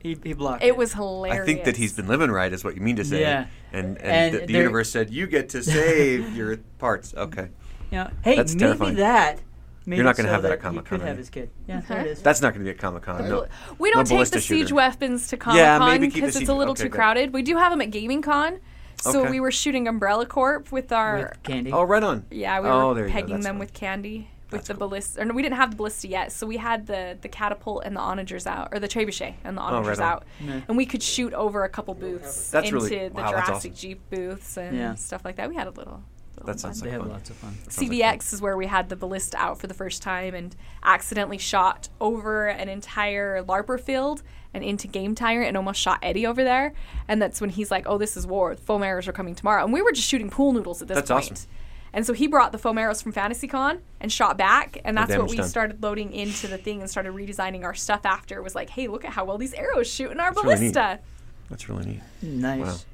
Speaker 4: He, he blocked.
Speaker 6: It was hilarious.
Speaker 7: I think that he's been living right, is what you mean to say.
Speaker 4: Yeah.
Speaker 7: And, and,
Speaker 4: And
Speaker 7: the, the
Speaker 4: there-
Speaker 7: universe said, you get to save your parts. Okay.
Speaker 4: You know, hey,
Speaker 7: That's
Speaker 4: maybe
Speaker 7: terrifying.
Speaker 4: that. Made
Speaker 7: You're not
Speaker 4: going
Speaker 7: gonna
Speaker 4: to
Speaker 7: have that at
Speaker 4: You
Speaker 7: Comic-Con,
Speaker 4: could have
Speaker 7: are
Speaker 4: his
Speaker 7: you?
Speaker 4: kid. Yeah,
Speaker 6: Mm-hmm.
Speaker 4: there it is.
Speaker 7: That's not going to be at Comic Con. No,
Speaker 6: We don't
Speaker 7: no
Speaker 6: take
Speaker 7: ballista
Speaker 6: the siege
Speaker 7: shooter.
Speaker 6: weapons to Comic
Speaker 7: Yeah,
Speaker 6: Con
Speaker 7: maybe keep the
Speaker 6: because it's
Speaker 7: siege-
Speaker 6: a little
Speaker 7: okay,
Speaker 6: too
Speaker 7: good.
Speaker 6: crowded. We do have them at Gaming Con, so
Speaker 7: Okay.
Speaker 6: we were shooting Umbrella Corp with our
Speaker 4: With candy.
Speaker 7: Oh, right on.
Speaker 6: yeah, we
Speaker 7: oh, there
Speaker 6: were
Speaker 7: you go.
Speaker 6: pegging
Speaker 7: That's
Speaker 6: them
Speaker 7: fun.
Speaker 6: with candy with
Speaker 7: That's
Speaker 6: the
Speaker 7: cool.
Speaker 6: ballista. Or no, we didn't have the ballista yet, so we had the the catapult and the onagers out, or the trebuchet and the
Speaker 7: Oh,
Speaker 6: onagers
Speaker 7: right on.
Speaker 6: out, and we could shoot over a couple booths
Speaker 7: That's
Speaker 6: into
Speaker 7: really-
Speaker 6: the
Speaker 7: wow, that's
Speaker 6: Jurassic
Speaker 7: awesome.
Speaker 6: Jeep booths and
Speaker 4: Yeah.
Speaker 6: stuff like that. We had a little. little
Speaker 7: That sounds
Speaker 4: They
Speaker 7: like
Speaker 4: have
Speaker 7: fun.
Speaker 4: lots of fun.
Speaker 7: Sounds like
Speaker 6: CDX is where we had the ballista out for the first time and accidentally shot over an entire LARPer field and into Game Tire and almost shot Eddie over there. And that's when he's like, oh, this is war. Foam arrows are coming tomorrow. And we were just shooting pool noodles at this
Speaker 7: That's
Speaker 6: point.
Speaker 7: awesome.
Speaker 6: And so he brought the foam arrows from FantasyCon and shot back. And that's what
Speaker 7: damage
Speaker 6: we
Speaker 7: done.
Speaker 6: started loading into the thing and started redesigning our stuff after. It was like, hey, look at how well these arrows shoot in our
Speaker 7: That's really neat.
Speaker 6: ballista.
Speaker 7: That's really neat.
Speaker 4: Nice.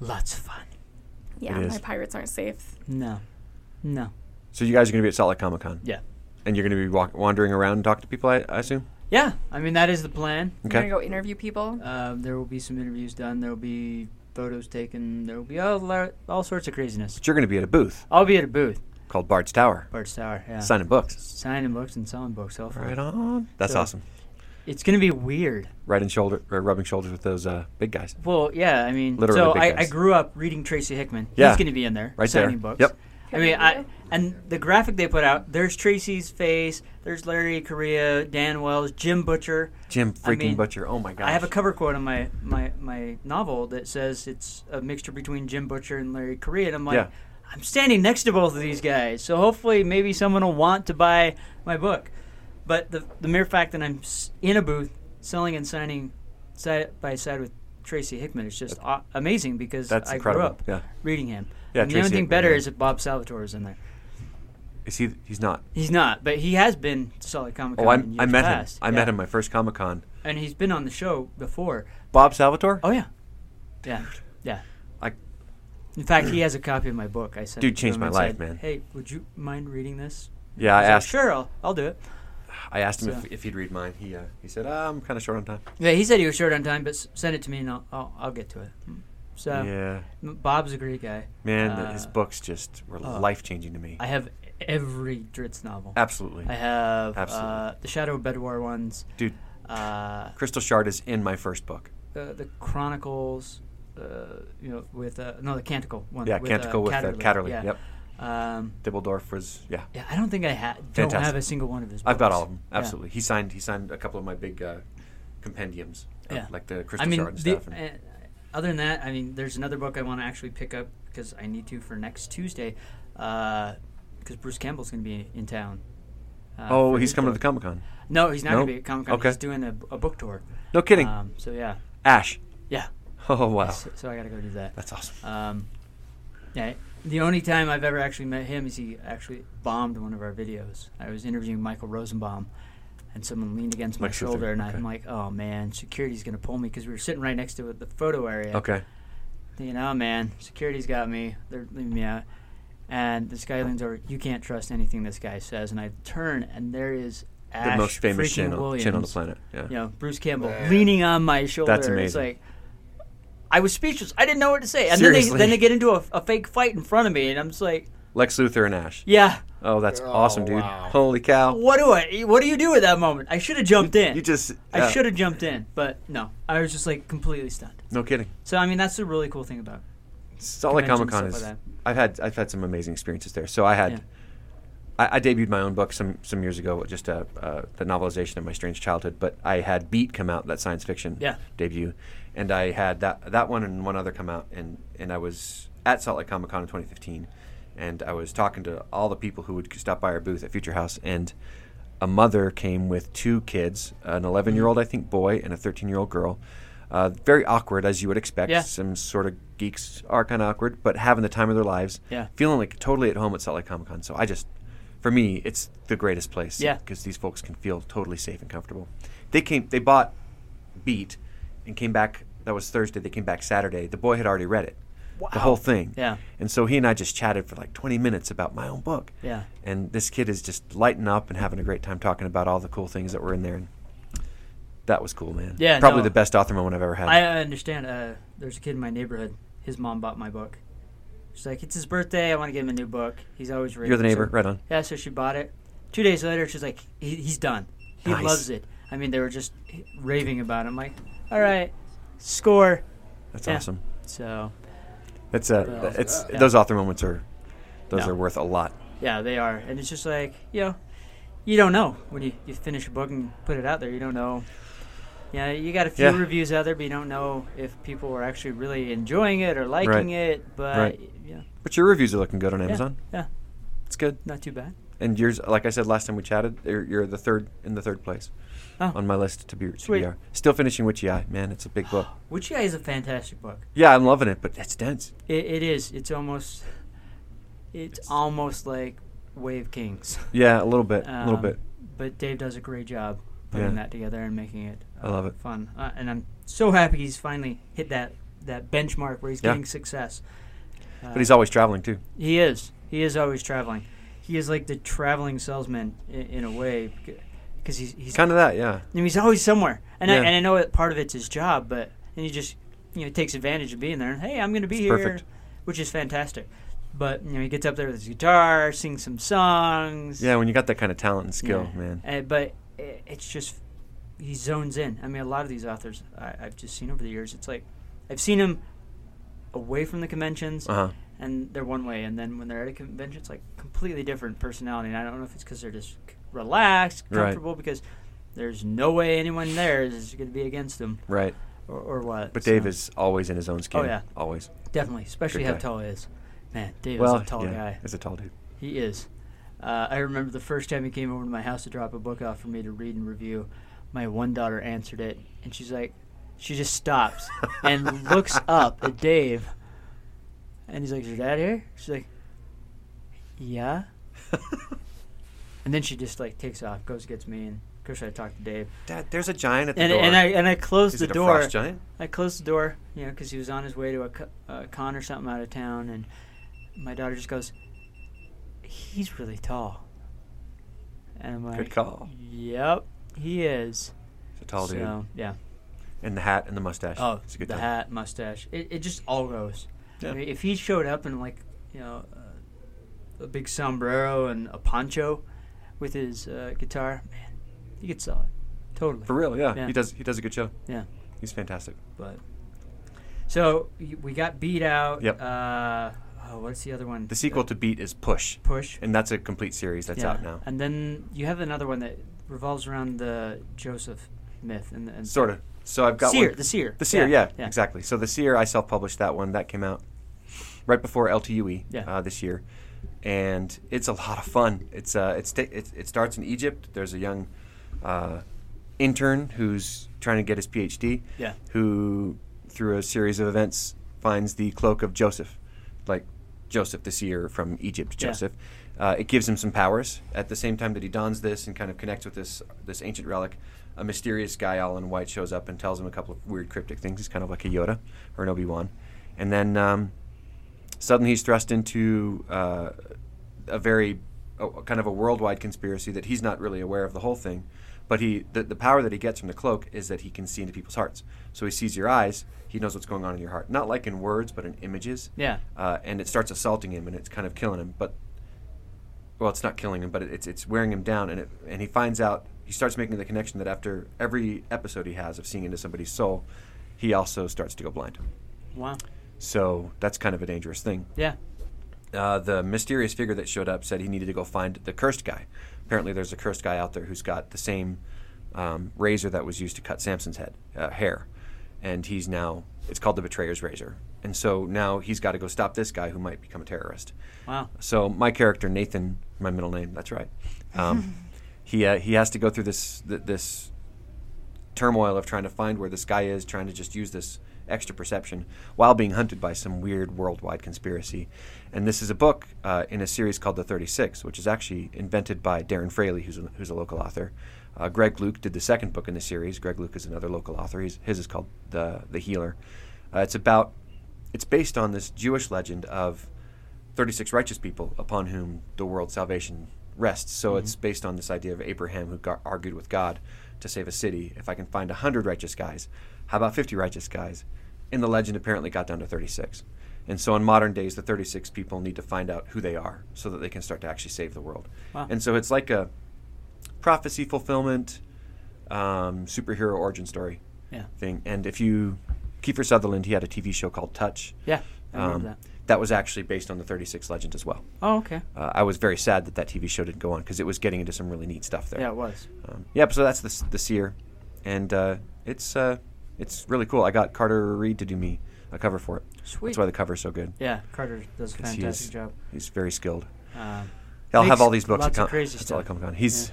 Speaker 4: Lots of fun.
Speaker 6: yeah,
Speaker 7: It is.
Speaker 6: my pirates aren't safe.
Speaker 4: No. No.
Speaker 7: So you guys are going to be at Salt Lake Comic Con,
Speaker 4: Yeah.
Speaker 7: and you're going to be walk- wandering around and talk to people. I, I assume.
Speaker 4: Yeah. I mean, that is the plan.
Speaker 6: I'm
Speaker 7: Okay.
Speaker 6: going to go interview people.
Speaker 4: Um, there will be some interviews done. There will be photos taken. There will be all, la- all sorts of craziness.
Speaker 7: But you're going to be at a booth
Speaker 4: I'll be at a booth,
Speaker 7: called Bard's Tower,
Speaker 4: Bart's Tower. Yeah.
Speaker 7: signing books.
Speaker 4: Signing books and selling books. Hopefully.
Speaker 7: Right on. That's
Speaker 4: So-
Speaker 7: awesome.
Speaker 4: It's gonna be weird.
Speaker 7: Right in shoulder, or rubbing shoulders with those uh, big guys.
Speaker 4: Well, yeah. I mean,
Speaker 7: Literally
Speaker 4: so
Speaker 7: big
Speaker 4: I, I
Speaker 7: guys.
Speaker 4: grew up reading Tracy Hickman.
Speaker 7: Yeah.
Speaker 4: He's gonna be in there
Speaker 7: Right
Speaker 4: signing
Speaker 7: there.
Speaker 4: books.
Speaker 7: Yep.
Speaker 4: I mean, I and the graphic they put out. There's Tracy's face. There's Larry Correa, Dan Wells, Jim Butcher.
Speaker 7: Jim freaking
Speaker 4: I mean,
Speaker 7: Butcher. Oh my gosh.
Speaker 4: I have a cover quote on my, my, my novel that says it's a mixture between Jim Butcher and Larry Correa, and I'm like,
Speaker 7: Yeah.
Speaker 4: I'm standing next to both of these guys, so hopefully maybe someone will want to buy my book. But the, the mere fact that I'm s- in a booth selling and signing side by side with Tracy Hickman is just aw- amazing because
Speaker 7: That's
Speaker 4: I
Speaker 7: incredible.
Speaker 4: grew up
Speaker 7: Yeah.
Speaker 4: reading him.
Speaker 7: Yeah,
Speaker 4: and the only
Speaker 7: Tracy
Speaker 4: thing
Speaker 7: Hickman,
Speaker 4: better
Speaker 7: yeah.
Speaker 4: is if Bob Salvatore is in there.
Speaker 7: Is he? He's not.
Speaker 4: He's not, but he has been to Solid Comic Con.
Speaker 7: Oh, I,
Speaker 4: in
Speaker 7: I
Speaker 4: years
Speaker 7: met
Speaker 4: past.
Speaker 7: him. I
Speaker 4: Yeah.
Speaker 7: met him my first Comic Con.
Speaker 4: and he's been on the show before.
Speaker 7: Bob Salvatore.
Speaker 4: Oh yeah, yeah, yeah.
Speaker 7: I-
Speaker 4: In fact, he has a copy of my book. I sent.
Speaker 7: Dude
Speaker 4: it to
Speaker 7: changed
Speaker 4: him
Speaker 7: my
Speaker 4: and
Speaker 7: life,
Speaker 4: said,
Speaker 7: man.
Speaker 4: Hey, would you mind reading this?
Speaker 7: yeah, I
Speaker 4: He's like,
Speaker 7: asked.
Speaker 4: sure, I'll, I'll do it.
Speaker 7: I asked him
Speaker 4: So-
Speaker 7: if, if he'd read mine. He uh, he said, ah, I'm kind of short on time.
Speaker 4: Yeah, he said he was short on time, but s- send it to me and I'll I'll, I'll get to it. Mm. So
Speaker 7: yeah,
Speaker 4: m- Bob's a great guy.
Speaker 7: man, th- his
Speaker 4: Oh. uh, oh.
Speaker 7: books just were life changing to me.
Speaker 4: I have every Dritz novel.
Speaker 7: Absolutely,
Speaker 4: I have
Speaker 7: Absolutely.
Speaker 4: uh, the Shadow of Bedouar ones.
Speaker 7: dude.
Speaker 4: Uh,
Speaker 7: Crystal Shard is in my first book.
Speaker 4: uh, the Chronicles. Uh, you know, with uh, no, the Canticle one.
Speaker 7: Yeah,
Speaker 4: with,
Speaker 7: Canticle
Speaker 4: uh,
Speaker 7: with uh,
Speaker 4: Catterley.
Speaker 7: Catterley.
Speaker 4: Yeah.
Speaker 7: Yep.
Speaker 4: Um,
Speaker 7: Dibbledorf was yeah.
Speaker 4: Yeah, I don't think I ha- don't
Speaker 7: Fantastic.
Speaker 4: have a single one of his. Books.
Speaker 7: I've got all of them.
Speaker 4: Yeah.
Speaker 7: Absolutely. He signed he signed a couple of my big uh, compendiums, of,
Speaker 4: Yeah.
Speaker 7: like the
Speaker 4: I
Speaker 7: Crystal
Speaker 4: mean,
Speaker 7: Shard and
Speaker 4: the-
Speaker 7: stuff. and-
Speaker 4: uh, other than that, I mean, there's another book I want to actually pick up because I need to for next Tuesday, because Bruce Campbell's going to be in town. Uh,
Speaker 7: oh,
Speaker 4: for
Speaker 7: he's
Speaker 4: his
Speaker 7: coming to
Speaker 4: book.
Speaker 7: the Comic Con.
Speaker 4: No, he's not
Speaker 7: No?
Speaker 4: going to be at Comic Con.
Speaker 7: Okay.
Speaker 4: He's doing a, a book tour.
Speaker 7: No kidding.
Speaker 4: Um, so yeah,
Speaker 7: Ash.
Speaker 4: yeah.
Speaker 7: Oh wow,
Speaker 4: So, so I got to go do that.
Speaker 7: that's awesome.
Speaker 4: Um, yeah, the only time I've ever actually met him is he actually bombed one of our videos. I was interviewing Michael Rosenbaum, and someone leaned against my
Speaker 7: Mike Schuster,
Speaker 4: shoulder, and
Speaker 7: okay.
Speaker 4: I'm like, "Oh man, security's gonna pull me," because we were sitting right next to the photo area.
Speaker 7: okay.
Speaker 4: You know, man, security's got me. They're leaving me out. And this guy leans over. You can't trust anything this guy says. And I turn, and there is Ash
Speaker 7: the most famous
Speaker 4: freaking
Speaker 7: channel
Speaker 4: Williams
Speaker 7: channel on the planet. Yeah.
Speaker 4: you know, Bruce Campbell leaning on my shoulder.
Speaker 7: That's
Speaker 4: It's
Speaker 7: amazing.
Speaker 4: like I was speechless. I didn't know what to say. And then
Speaker 7: Seriously.
Speaker 4: they then they get into a, a fake fight in front of me, and I'm just like,
Speaker 7: Lex Luthor and Ash.
Speaker 4: yeah,
Speaker 7: Oh, that's awesome, dude.
Speaker 5: wow.
Speaker 7: Holy cow.
Speaker 4: what do I? What do you do at that moment? I should have jumped in.
Speaker 7: You just
Speaker 4: I
Speaker 7: yeah.
Speaker 4: should have jumped in, but no. I was just like completely stunned.
Speaker 7: No kidding.
Speaker 4: So I mean, that's the really cool thing about.
Speaker 7: Salt Lake Comic
Speaker 4: conventions,
Speaker 7: Con
Speaker 4: stuff
Speaker 7: is.
Speaker 4: like
Speaker 7: I've had I've had some amazing experiences there. So I had,
Speaker 4: Yeah.
Speaker 7: I, I debuted my own book some some years ago, just a, uh, the novelization of my strange childhood. But I had Beat come out that science fiction
Speaker 4: Yeah.
Speaker 7: debut, and I had that that one and one other come out, and and I was at Salt Lake Comic Con in 2015, and I was talking to all the people who would stop by our booth at Future House, and a mother came with two kids, an 11 year old I think boy and a 13 year old girl. Uh, very awkward, as you would expect.
Speaker 4: Yeah.
Speaker 7: Some sort of geeks are kind of awkward, but having the time of their lives,
Speaker 4: Yeah.
Speaker 7: feeling like totally at home at Salt Lake Comic Con. So I just, for me, it's the greatest place.
Speaker 4: Yeah.
Speaker 7: Because these folks can feel totally safe and comfortable. They came, they bought Beat, and came back. That was Thursday. They came back Saturday. The boy had already read it, the whole thing.
Speaker 4: Yeah.
Speaker 7: And so he and I just chatted for like 20 minutes about my own book.
Speaker 4: Yeah.
Speaker 7: And this kid is just lighting up and having a great time talking about all the cool things that were in there. And That was cool, man.
Speaker 4: Yeah,
Speaker 7: probably
Speaker 4: no.
Speaker 7: the best author moment I've ever had.
Speaker 4: I I understand. Uh, there's a kid in my neighborhood. His mom bought my book. She's like, it's his birthday. I want to give him a new book. He's always reading.
Speaker 7: You're the
Speaker 4: So-
Speaker 7: neighbor, right on.
Speaker 4: Yeah, so she bought it. Two days later, she's like, he, he's done. He
Speaker 7: Nice.
Speaker 4: loves it. I mean, they were just raving about it. I'm like, all right, score.
Speaker 7: That's
Speaker 4: Yeah.
Speaker 7: awesome.
Speaker 4: So,
Speaker 7: That's uh,
Speaker 4: Yeah.
Speaker 7: th- it's
Speaker 4: Yeah.
Speaker 7: those author moments are those
Speaker 4: No.
Speaker 7: are worth a lot.
Speaker 4: yeah, they are. And it's just like, you know, you don't know when you, you finish a book and put it out there. You don't know. Yeah, you got a few
Speaker 7: Yeah.
Speaker 4: reviews out there, but you don't know if people were actually really enjoying it or liking it. But,
Speaker 7: Right.
Speaker 4: yeah,
Speaker 7: But your reviews are looking good on
Speaker 4: yeah,
Speaker 7: Amazon.
Speaker 4: yeah,
Speaker 7: It's good.
Speaker 4: not too bad.
Speaker 7: And yours, like I said last time we chatted, you're, you're the third in the third place
Speaker 4: Oh.
Speaker 7: on my list to be. To
Speaker 4: Sweet.
Speaker 7: be our- Still finishing Witchy Eye, man. It's a big book.
Speaker 4: Witch Eye is a fantastic book.
Speaker 7: Yeah, I'm loving it, but it's dense.
Speaker 4: It, it is. It's almost. It's, almost like Wave Kings.
Speaker 7: Yeah, a little bit, a little
Speaker 4: Um,
Speaker 7: bit.
Speaker 4: But Dave does a great job putting
Speaker 7: Yeah.
Speaker 4: that together and making it.
Speaker 7: I love it.
Speaker 4: Fun, uh, and I'm so happy he's finally hit that that benchmark where he's
Speaker 7: Yeah.
Speaker 4: getting success.
Speaker 7: But he's always traveling too.
Speaker 4: He is. He is always traveling. He is like the traveling salesman in, in a way, because he's he's
Speaker 7: Kind of that, yeah.
Speaker 4: I mean, he's always somewhere, and I,
Speaker 7: Yeah.
Speaker 4: and I know that part of it's his job, but and he just you know takes advantage of being there. And hey, I'm going to be
Speaker 7: It's
Speaker 4: here,
Speaker 7: perfect.
Speaker 4: which is fantastic. But you know, he gets up there with his guitar, sings some songs.
Speaker 7: Yeah, when you got that kind of talent and skill,
Speaker 4: Yeah.
Speaker 7: man.
Speaker 4: Uh, but i it's just he zones in. I mean, a lot of these authors I, I've just seen over the years. It's like I've seen him away from the conventions,
Speaker 7: Uh huh.
Speaker 4: and they're one way, and then when they're at a convention, it's like completely different personality. And I don't know if it's because they're just c- relaxed,
Speaker 7: Right.
Speaker 4: comfortable, because there's no way anyone there is going to be against them
Speaker 7: Right.
Speaker 4: or, or what.
Speaker 7: But
Speaker 4: so. Oh,
Speaker 7: Dave is always in his own skin.
Speaker 4: yeah.
Speaker 7: Always.
Speaker 4: definitely, especially
Speaker 7: Good
Speaker 4: how
Speaker 7: guy.
Speaker 4: tall he is. Man, Dave
Speaker 7: well,
Speaker 4: is a tall
Speaker 7: yeah,
Speaker 4: guy.
Speaker 7: He's a tall dude.
Speaker 4: He is. Uh, I remember the first time he came over to my house to drop a book off for me to read and review. My one daughter answered it, and she's like, she just stops and looks up at Dave, and he's like, "Is your dad here?" She's like, "Yeah." and then she just like takes off, goes gets me, and of course I talk to Dave,
Speaker 7: Dad, there's a giant at the
Speaker 4: and
Speaker 7: door.
Speaker 4: and I and I close
Speaker 7: is
Speaker 4: the
Speaker 7: it
Speaker 4: door.
Speaker 7: a frost giant?
Speaker 4: I closed the door, you know, 'cause he was on his way to a, co- a con or something out of town, and my daughter just goes, "He's really tall." And I'm like,
Speaker 7: Good call.
Speaker 4: "Yep, he is."
Speaker 7: He's a tall dude.
Speaker 4: so yeah.
Speaker 7: And the hat and the mustache.
Speaker 4: Oh,
Speaker 7: it's a good
Speaker 4: the
Speaker 7: time.
Speaker 4: hat, mustache. It, it just all goes. I
Speaker 7: Yeah.
Speaker 4: mean, if he showed up in like, you know, uh, a big sombrero and a poncho, with his uh, guitar, man, he could sell it. Totally.
Speaker 7: For real, yeah.
Speaker 4: Yeah.
Speaker 7: He does. He does a good show.
Speaker 4: Yeah.
Speaker 7: He's fantastic.
Speaker 4: But so y- we got beat out.
Speaker 7: Yep.
Speaker 4: Uh, oh, what's the other one?
Speaker 7: The sequel to Beat is Push,
Speaker 4: Push.
Speaker 7: and that's a complete series that's out now.
Speaker 4: And then you have another one that revolves around the Joseph myth and, and
Speaker 7: Sort of. So I've got
Speaker 4: Seer,
Speaker 7: one.
Speaker 4: the Seer.
Speaker 7: The Seer, yeah, exactly. So the Seer, I self-published that one. That came out right before LTUE
Speaker 4: Yeah.
Speaker 7: uh, this year, and it's a lot of fun. It's uh, it's ta- it, it starts in Egypt. There's a young uh, intern who's trying to get his PhD.
Speaker 4: Yeah.
Speaker 7: Who, through a series of events, finds the cloak of Joseph, like Joseph the Seer from Egypt.
Speaker 4: Yeah.
Speaker 7: Joseph. Uh, it gives him some powers. At the same time that he dons this and kind of connects with this this ancient relic, a mysterious guy all in white shows up and tells him a couple of weird cryptic things. He's kind of like a Yoda or an Obi Wan, and then um, suddenly he's thrust into uh, a very a, a kind of a worldwide conspiracy that he's not really aware of the whole thing. But he the, the power that he gets from the cloak is that he can see into people's hearts. So he sees your eyes. He knows what's going on in your heart, not like in words, but in images
Speaker 4: Yeah.
Speaker 7: uh, and it starts assaulting him and it's kind of killing him. But well, it's not killing him, but it's it's wearing him down, and it, and he finds out he starts making the connection that after every episode he has of seeing into somebody's soul, he also starts to go blind.
Speaker 4: Wow.
Speaker 7: So that's kind of a dangerous thing.
Speaker 4: Yeah.
Speaker 7: Uh, the mysterious figure that showed up said he needed to go find the cursed guy. Apparently, there's a cursed guy out there who's got the same um, razor that was used to cut Samson's head uh, hair, and he's now it's called the Betrayer's Razor. And so now he's got to go stop this guy who might become a terrorist.
Speaker 4: Wow.
Speaker 7: So my character Nathan, my middle name, that's right. Um, he uh, he has to go through this th- this turmoil of trying to find where this guy is, trying to just use this extra perception while being hunted by some weird worldwide conspiracy. And this is a book uh, in a series called The 36, which is actually invented by Darren Fraley, who's a, who's a local author. Uh, Greg Luke did the second book in the series. Greg Luke is another local author. He's, his is called The, the Healer. Uh, it's about, it's based on this Jewish legend of 36 righteous people upon
Speaker 4: Mm-hmm.
Speaker 7: whom the world's salvation rests. So it's based on this idea of Abraham who got, argued with God to save a city. If I can find 100 righteous guys, how about 50 righteous guys? And the legend apparently got down to 36. And so in modern days, the 36 people need to find out who they are so that they can start to actually save the world.
Speaker 4: Wow.
Speaker 7: And so it's like a prophecy fulfillment, um, superhero origin story
Speaker 4: Yeah.
Speaker 7: thing. And if you, Kiefer Sutherland, he had a TV show called Touch.
Speaker 4: Yeah, I
Speaker 7: Um,
Speaker 4: remember that.
Speaker 7: That was actually based on the 36 legend as well.
Speaker 4: Oh, okay.
Speaker 7: Uh, I was very sad that that TV show didn't go on because it was getting into some really neat stuff there.
Speaker 4: Yeah, it was.
Speaker 7: Um, yep. So that's the s- the seer, and uh, it's uh, it's really cool. I got Carter Reed to do me a cover for it.
Speaker 4: Sweet.
Speaker 7: That's why the cover's so good.
Speaker 4: Yeah, Carter does a
Speaker 7: 'Cause he
Speaker 4: fantastic
Speaker 7: is-
Speaker 4: job.
Speaker 7: He's very skilled.
Speaker 4: Um,
Speaker 7: I'll
Speaker 4: makes
Speaker 7: have all these books.
Speaker 4: Lots
Speaker 7: at com-
Speaker 4: of crazy
Speaker 7: that's
Speaker 4: stuff.
Speaker 7: all at Comic Con. He's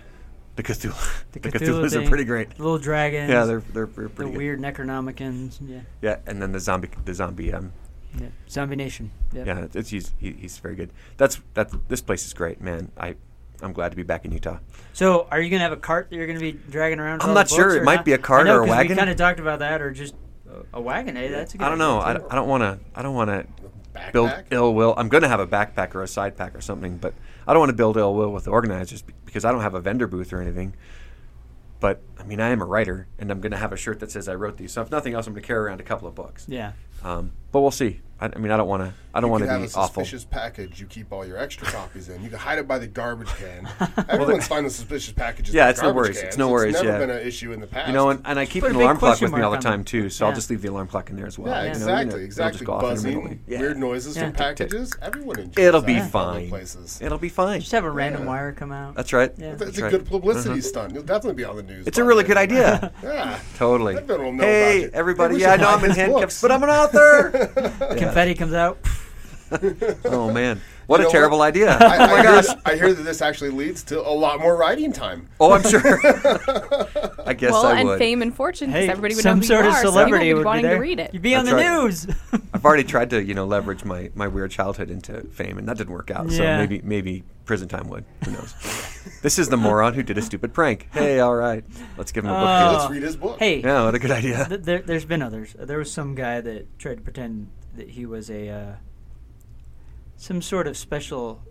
Speaker 7: the Cthulhu. The,
Speaker 4: Cthulhu
Speaker 7: Cthulhu's are
Speaker 4: thing,
Speaker 7: pretty great.
Speaker 4: the little dragons.
Speaker 7: Yeah, they're they're, they're pretty
Speaker 4: the
Speaker 7: good.
Speaker 4: weird Necronomicons. Yeah.
Speaker 7: Yeah, and then the zombie the zombie um,
Speaker 4: yeah. Zombie Nation. Yep.
Speaker 7: Yeah, it's he's he, he's very good. That's that. This place is great, man. I I'm glad to be back in Utah.
Speaker 4: So, are you gonna have a cart that you're gonna be dragging around? with
Speaker 7: I'm
Speaker 4: all
Speaker 7: not
Speaker 4: the
Speaker 7: sure.
Speaker 4: books,
Speaker 7: It
Speaker 4: or
Speaker 7: might
Speaker 4: not?
Speaker 7: be a cart
Speaker 4: I know,
Speaker 7: or a
Speaker 4: 'cause
Speaker 7: wagon.
Speaker 4: We kind of talked about that, or just a- a wagon. Hey, that's a good.
Speaker 7: I don't know. I,
Speaker 4: idea, too.
Speaker 7: I don't want to. I don't want to build
Speaker 5: Backpack?
Speaker 7: ill will. I'm going to have a backpack or a side pack or something, but I don't want to build ill will with the organizers be- because I don't have a vendor booth or anything. But I mean, I am a writer, and I'm going to have a shirt that says I wrote these. So if nothing else, I'm going to carry around a couple of books.
Speaker 4: Yeah.
Speaker 7: Um, but we'll see. I, I mean, I don't want to. I don't
Speaker 5: You
Speaker 7: want
Speaker 5: could
Speaker 7: to
Speaker 5: have
Speaker 7: be
Speaker 5: a
Speaker 7: awful.
Speaker 5: suspicious package. You keep all your extra copies in. You can hide it by the garbage can. Everyone's finding suspicious packages.
Speaker 7: Yeah,
Speaker 5: in
Speaker 7: it's no
Speaker 5: garbage
Speaker 7: worries. It's
Speaker 5: Cans.
Speaker 7: no worries,
Speaker 5: It's never
Speaker 7: yeah.
Speaker 5: been an issue in the past.
Speaker 7: You know, and, and I keep
Speaker 4: put
Speaker 7: an
Speaker 4: a big
Speaker 7: alarm clock
Speaker 4: question
Speaker 7: with me all the
Speaker 4: mark on
Speaker 7: time
Speaker 4: it.
Speaker 7: too, so
Speaker 4: Yeah.
Speaker 7: I'll just leave the alarm clock in there as well.
Speaker 5: yeah,
Speaker 7: you know, you
Speaker 5: exactly,
Speaker 7: know, it'll just
Speaker 5: exactly.
Speaker 7: go off intermittently.
Speaker 5: Buzzing,
Speaker 7: Yeah.
Speaker 5: weird noises from
Speaker 4: Tick,
Speaker 7: tick.
Speaker 5: packages. Everyone enjoys
Speaker 7: It'll
Speaker 5: that
Speaker 7: be
Speaker 5: in public
Speaker 7: fine.
Speaker 5: Places.
Speaker 7: It'll be fine.
Speaker 4: Just have a random
Speaker 5: Yeah.
Speaker 4: wire come out.
Speaker 7: That's right.
Speaker 4: Yeah.
Speaker 5: That's,
Speaker 7: That's
Speaker 5: a
Speaker 7: right.
Speaker 5: good publicity stunt. You'll definitely be on the news.
Speaker 7: Uh-huh. It's a
Speaker 5: by
Speaker 7: really
Speaker 5: then.
Speaker 7: good idea.
Speaker 5: Yeah.
Speaker 7: Totally.
Speaker 5: Everyone will know
Speaker 7: Hey,
Speaker 5: about it.
Speaker 7: everybody!
Speaker 5: Hey, we
Speaker 7: Yeah, I
Speaker 5: should
Speaker 7: know
Speaker 5: buy
Speaker 7: I'm in
Speaker 5: his
Speaker 7: handcuffs,
Speaker 5: books.
Speaker 7: but I'm an author.
Speaker 4: Confetti comes out.
Speaker 7: oh man, what
Speaker 5: You know
Speaker 7: a terrible
Speaker 5: what?
Speaker 7: idea!
Speaker 5: I,
Speaker 7: oh my
Speaker 5: I hear
Speaker 7: gosh!
Speaker 5: that- I hear that this actually leads to a lot more writing time.
Speaker 7: Oh, I'm sure. I guess
Speaker 6: well,
Speaker 7: I
Speaker 6: and
Speaker 7: would.
Speaker 6: fame and fortune, because
Speaker 4: Hey,
Speaker 6: everybody would know
Speaker 4: some
Speaker 6: who
Speaker 4: sort
Speaker 6: you
Speaker 4: of
Speaker 6: are,
Speaker 4: celebrity
Speaker 6: so people would
Speaker 4: would
Speaker 6: be wanting
Speaker 4: be there.
Speaker 6: to read it.
Speaker 4: You'd be on the
Speaker 7: That's right.
Speaker 4: news.
Speaker 7: I've already tried to, you know, leverage my, my weird childhood into fame, and that didn't work out. So
Speaker 4: Yeah.
Speaker 7: maybe maybe prison time would. Who knows? this is the moron who did a stupid prank. Hey, all right, let's give him a book.
Speaker 4: Oh.
Speaker 7: deal.
Speaker 5: Let's read his book.
Speaker 4: hey,
Speaker 7: yeah, what a good idea.
Speaker 4: th- there, there's been others. There was some guy that tried to pretend that he was a uh, some sort of special